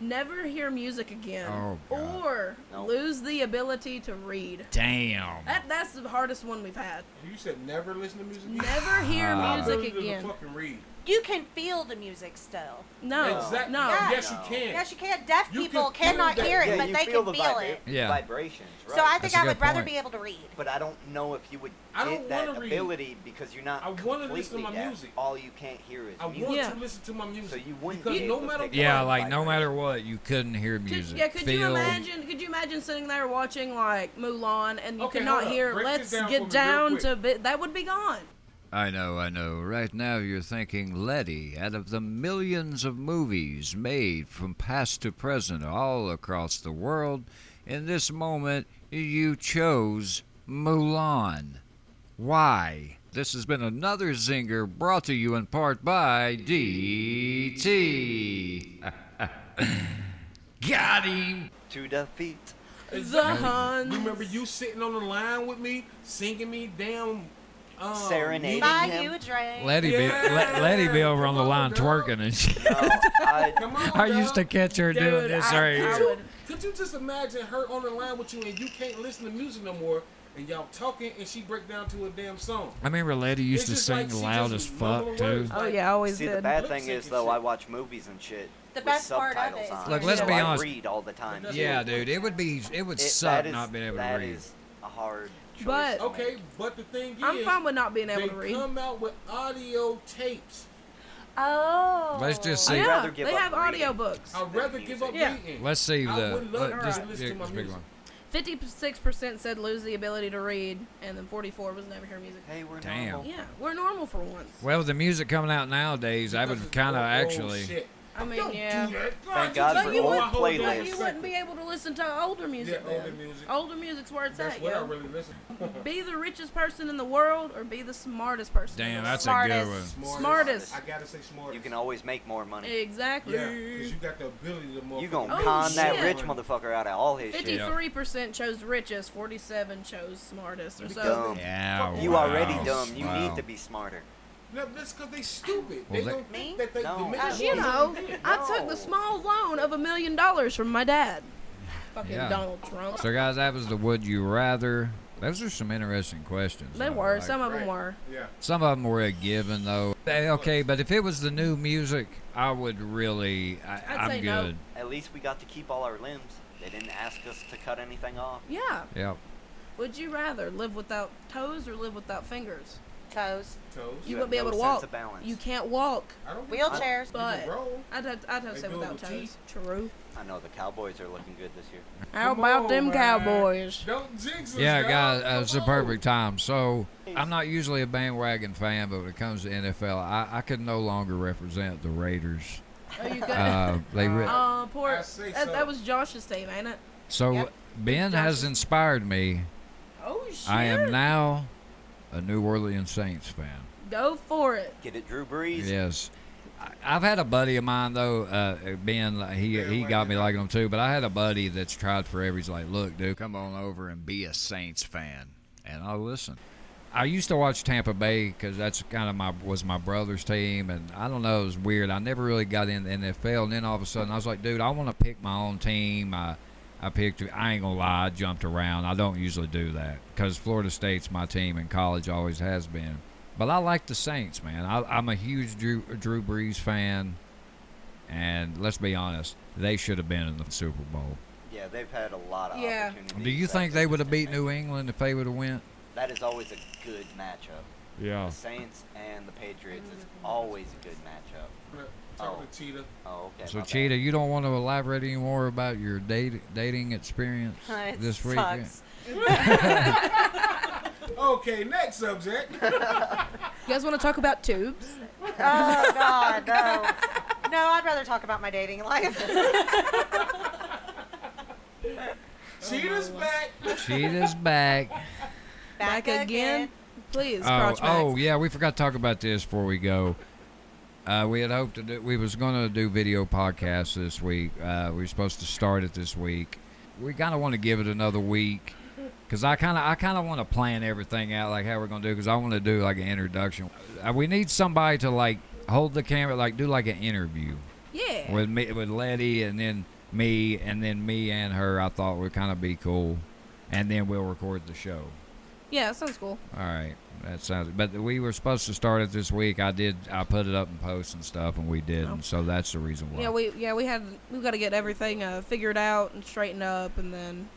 Never hear music again,
Oh, God.
or
No.
lose the ability to read.
Damn.
That that's the hardest one we've had.
You said never listen to music. again?
Never hear
Ah.
Listen
music
to the
again.
Fucking read.
You can feel the music still.
No,
Exact-
no.
Yeah.
Yes, you
No.
can.
Yes, you can. Deaf
You
people
can feel
cannot
that.
hear it,
Yeah,
but
you
they
feel
can
the
feel
vibra-
it.
Yeah.
vibrations, right?
So I
That's
think
a
I
good
would rather
point.
be able to read.
but I don't know if you would
I don't
get that
wanna read.
ability because you're not
I wanna
completely
listen to my
deaf.
music.
All you can't hear is
I
music.
want
Yeah.
to listen to my music.
So you wouldn't
because
be
no
able to
matter
pick it
Yeah,
up.
like no matter what, you couldn't hear
Could,
music.
yeah, could you
Feel-
imagine? Could you imagine sitting there watching like Mulan and you
Okay,
could not
hold up.
hear?
Break
Let's
this down for me
get
real
down
quick."
to bit. That would be gone.
I know, I know. Right now you're thinking, Letty, out of the millions of movies made from past to present all across the world, in this moment you chose Mulan. Why? This has been another zinger brought to you in part by DT. [LAUGHS] Got him!
to defeat.
[LAUGHS]
The Huns.
You remember you sitting on the line with me, singing me damn. Um,
Serenade.
music?
Buy
him.
you a drink.
Letty be,
Yeah,
Le- Letty be over on the
come
line
on, girl.
twerking and [LAUGHS] shit.
No, I,
Come on,
I used to
dog.
catch her doing
Dude,
this
I-
right
I
here.
Could you-
would-
Could you just imagine her on the line with you and you can't listen to music no more, and y'all talking and she break down to a damn song.
I remember Letty used to
It's just
sing
like she
loud as
just
fuck
mumbled
too.
words.
Oh yeah, I always
see
did.
the bad
Lip
thing
sync
is
and
though
shit.
I watch movies and shit
The
with
best part of
subtitles
it is
on.
Look,
let's
so
be
I
honest.
read all the time.
But that's
Yeah,
what-
dude, it would be it would
It-
suck
that is-
not being able to
that
read.
is a hard choice.
But-
to
Okay,
make.
but the thing is,
I'm fine with not being able
they
to read.
come out with audio tapes.
Oh.
Let's just
Yeah,
see.
I'd rather give
they
up
have
reading.
audiobooks.
I'd rather
music.
give up
Yeah.
reading.
Let's see
I
the
would love
let-
to
just,
listen
here,
to my
just pick
music.
one.
Fifty-six percent said lose the ability to read, and then forty-four was never hear music.
Hey, we're
Damn.
normal.
Yeah, we're normal for once.
Well, the music coming out nowadays, I
Because
would
it's
kind of
old
actually.
shit.
I mean,
Don't
yeah.
do that.
Thank God
just
for
took
old
my whole damn
playlists.
But you wouldn't be able to listen to older music.
Yeah, older
then.
music.
Older music's where it's
That's
at,
what
yo.
I really listen.
Be the richest person in the world, or be the smartest person. in the
Damn, that's a good
Smartest.
one.
Smartest.
Smartest.
I gotta say smartest.
You can always make more money.
world. exactly.
Yeah, because you got the ability to.
You gonna
Oh,
con that
shit.
rich motherfucker out of all his shit.
Fifty-three percent chose richest, forty-seven chose smartest, or
You
so.
dumb.
Yeah.
You
Oh, wow.
already dumb. You
Wow.
need to be smarter.
No, that's because they stupid.
Well,
they
they-
don't
Me?
think that they.
No.
the men
Uh,
are
You
more
know,
than men.
I took the small loan of a million dollars from my dad. Fucking
Yeah.
Donald Trump.
So, guys, that was the would you rather. Those are some interesting questions.
They
though.
were.
Like,
Some of
Right.
them were.
Yeah.
some of them were a given though. They- okay, but if it was the new music, I would really. I,
I'd
am
say no.
good.
At least we got to keep all our limbs. They didn't ask us to cut anything off.
Yeah.
Yep.
Would you rather live without toes or live without fingers?
Toes.
Toes.
You,
You
wouldn't be
have
able to
no sense
walk.
of balance.
You can't walk.
I don't.
Wheelchairs.
I,
But
roll.
I'd have, I'd have
They
to say
do it
without
with
toes.
teeth.
True.
I know the Cowboys are looking good this year.
How
Come
about
on,
them
man.
Cowboys?
Don't jinx us.
Yeah,
dog.
guys, uh, it's
Come
the
on.
perfect time. So I'm not usually a bandwagon fan, but when it comes to NFL, I, I could no longer represent the Raiders.
Oh, you good?
Uh, they re-
Oh, poor.
I say
That,
so.
that was Josh's team, ain't it?
so
Yep.
Ben has
Johnson.
inspired me.
Oh shit!
I am now a New Orleans Saints fan.
Go for it.
Get it, Drew Brees.
Yes. I- I've had a buddy of mine though, uh, Ben. like, He he got me liking him too, but I had a buddy that's tried forever. He's like, "Look, dude, come on over and be a Saints fan," and I listen. I used to watch Tampa Bay because that's kind of my was my brother's team, and I don't know, it was weird. I never really got in the NFL, and then all of a sudden, I was like, "Dude, I want to pick my own team." I I picked. I ain't gonna lie, I jumped around. I don't usually do that because Florida State's my team, and college always has been. But I like the Saints, man. I, I'm a huge Drew, Drew Brees fan, and let's be honest, they should have been in the Super Bowl.
Yeah, they've had a lot of
Yeah.
opportunities.
Do you
that
think they would have
just
beat
didn't
New
make
England if they would have went?
it. That is always a good matchup.
Yeah.
The Saints and the Patriots is always a good matchup.
Talk
Oh.
to Cheetah.
Oh, okay.
So,
my bad.
Cheetah, you don't want to elaborate any more about your date, dating experience
[LAUGHS]
[LAUGHS]
It
this week?
sucks.
Okay, next subject.
[LAUGHS]
You guys want to talk about tubes?
Oh God, no. No, I'd rather talk about my
[LAUGHS]
dating life.
Cheetah's back.
Cheetah's
[LAUGHS]
back.
Back,
Please,
oh,
crotch
oh, yeah, we forgot to talk about this before we go. Uh, we had hoped to do, we was going to do video podcasts this week. Uh, we were supposed to start it this week. We kind of want to give it another week because I kind of I kind of want to plan everything out like how we're going to do because I want to do like an introduction. Uh, we need somebody to like hold the camera like do like an interview
Yeah.
oh, with me with Letty and then me and then me and her. I thought would kind of be cool, and then we'll record the show.
yeah, that sounds cool.
All right, that sounds. But we were supposed to start it this week. I did. I put it up in posts and stuff, and we didn't. So that's the reason why.
Yeah, we yeah we had we got to get everything uh, figured out and straightened up, and then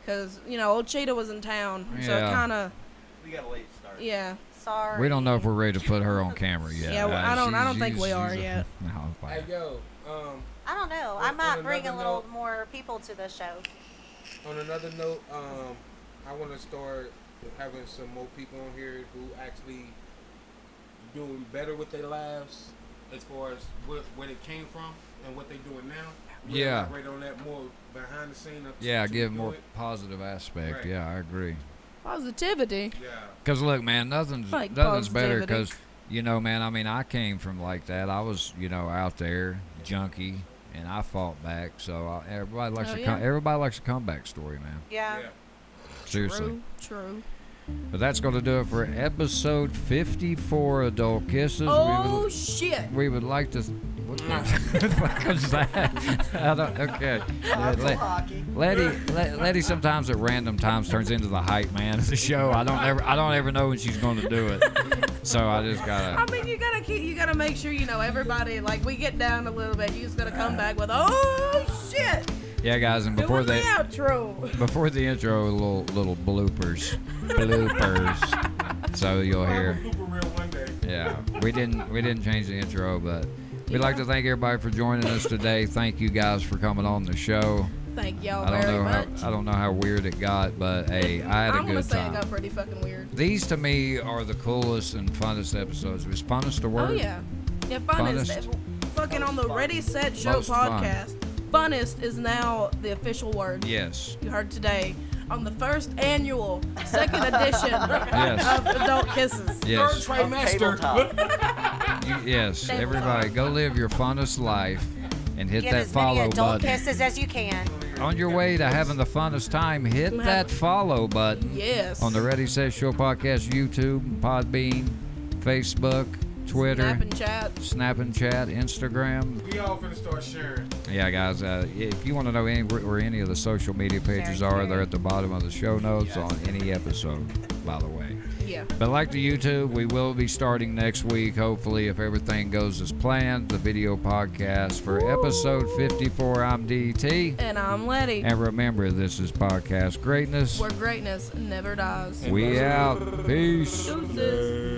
because you know old Cheetah was in town, so it
Yeah.
kind of
We got a late start.
yeah
Sorry.
We don't know if we're ready to put her on camera yet.
Yeah, well, I don't- I
she's-
don't think we
she's-
are
she's-
yet.
[LAUGHS] No, I'm fine.
Hey yo, um,
I don't know.
On-
I
on
might bring a
another
little
note-
more people to the show.
on another note, um, I want to start having some more people on here who actually doing better with their lives as far as what, where they came from and what they doing now. We'll
Yeah.
elaborate on that more behind the scene. of-
yeah,
to
give
do
more
it.
positive aspect.
Right.
Yeah, I agree.
positivity.
Yeah.
Because look, man, nothing's
Like
nothing's better.
positivity.
Because you know, man, I mean, I came from like that. I was, you know, out there junkie, and I fought back. So I, everybody likes
Oh,
a
yeah.
com- everybody likes a comeback story, man.
Yeah.
Yeah.
Seriously.
True, true.
But that's going to do it for episode 54 Adult Kisses.
Oh shit!
we, would, we would like to. What the fuck was that? [LAUGHS] I don't, okay. Yeah, Le-
Hockey.
Letty, Le- Letty sometimes at random times turns into the hype man of the show. I don't ever, I don't ever know when she's going to do it. So I just
I
gotta.
mean, you gotta keep, you gotta make sure you know everybody. Like we get down a little bit, you just gotta come back with oh shit,
Yeah, guys, and before
Doing
they
the outro. [LAUGHS]
before the intro, little little bloopers, bloopers. So you'll
I'll
hear.
have a blooper reel one day.
Yeah, we didn't we didn't change the intro, but we'd like to thank everybody for joining us today. Thank you guys for coming on the show.
Thank y'all
I don't
Oh, very
know
much.
how I don't know how weird it got, but hey, I had a
am gonna
good
say it
time.
got pretty fucking weird.
These to me are the coolest and funnest episodes. It was funnest to work.
Oh yeah, yeah. Fun is
Funnest.
fucking on the Ready Set Show
Most fun.
podcast. Funnest is now the official word. [LAUGHS]
Yes.
You heard today on the first annual second
[LAUGHS]
edition of Adult Kisses.
Yes.
Third trimester.
Tabletop.
You- yes.
They were
Everybody, go live your funnest life and hit
Get
that
as many
follow
adult
button.
kisses as you can.
On your way to having the funnest time, hit
Have-
that follow button.
Yes.
on the Ready Set Show podcast, YouTube, Podbean, Facebook, Twitter,
Snap and chat.
Snap and Chat, Instagram.
We all finna start sharing.
Yeah, guys, uh, if you want to know any, where any of the social media pages
Very
are,
true.
they're at the bottom of the show notes on any episode, by the way.
Yeah.
But like the YouTube, we will be starting next week, hopefully, if everything goes as planned, the video podcast for episode 54. I'm DT.
And I'm Letty.
And remember, this is Podcast Greatness.
Where greatness never dies.
We out. Peace.
Deuces.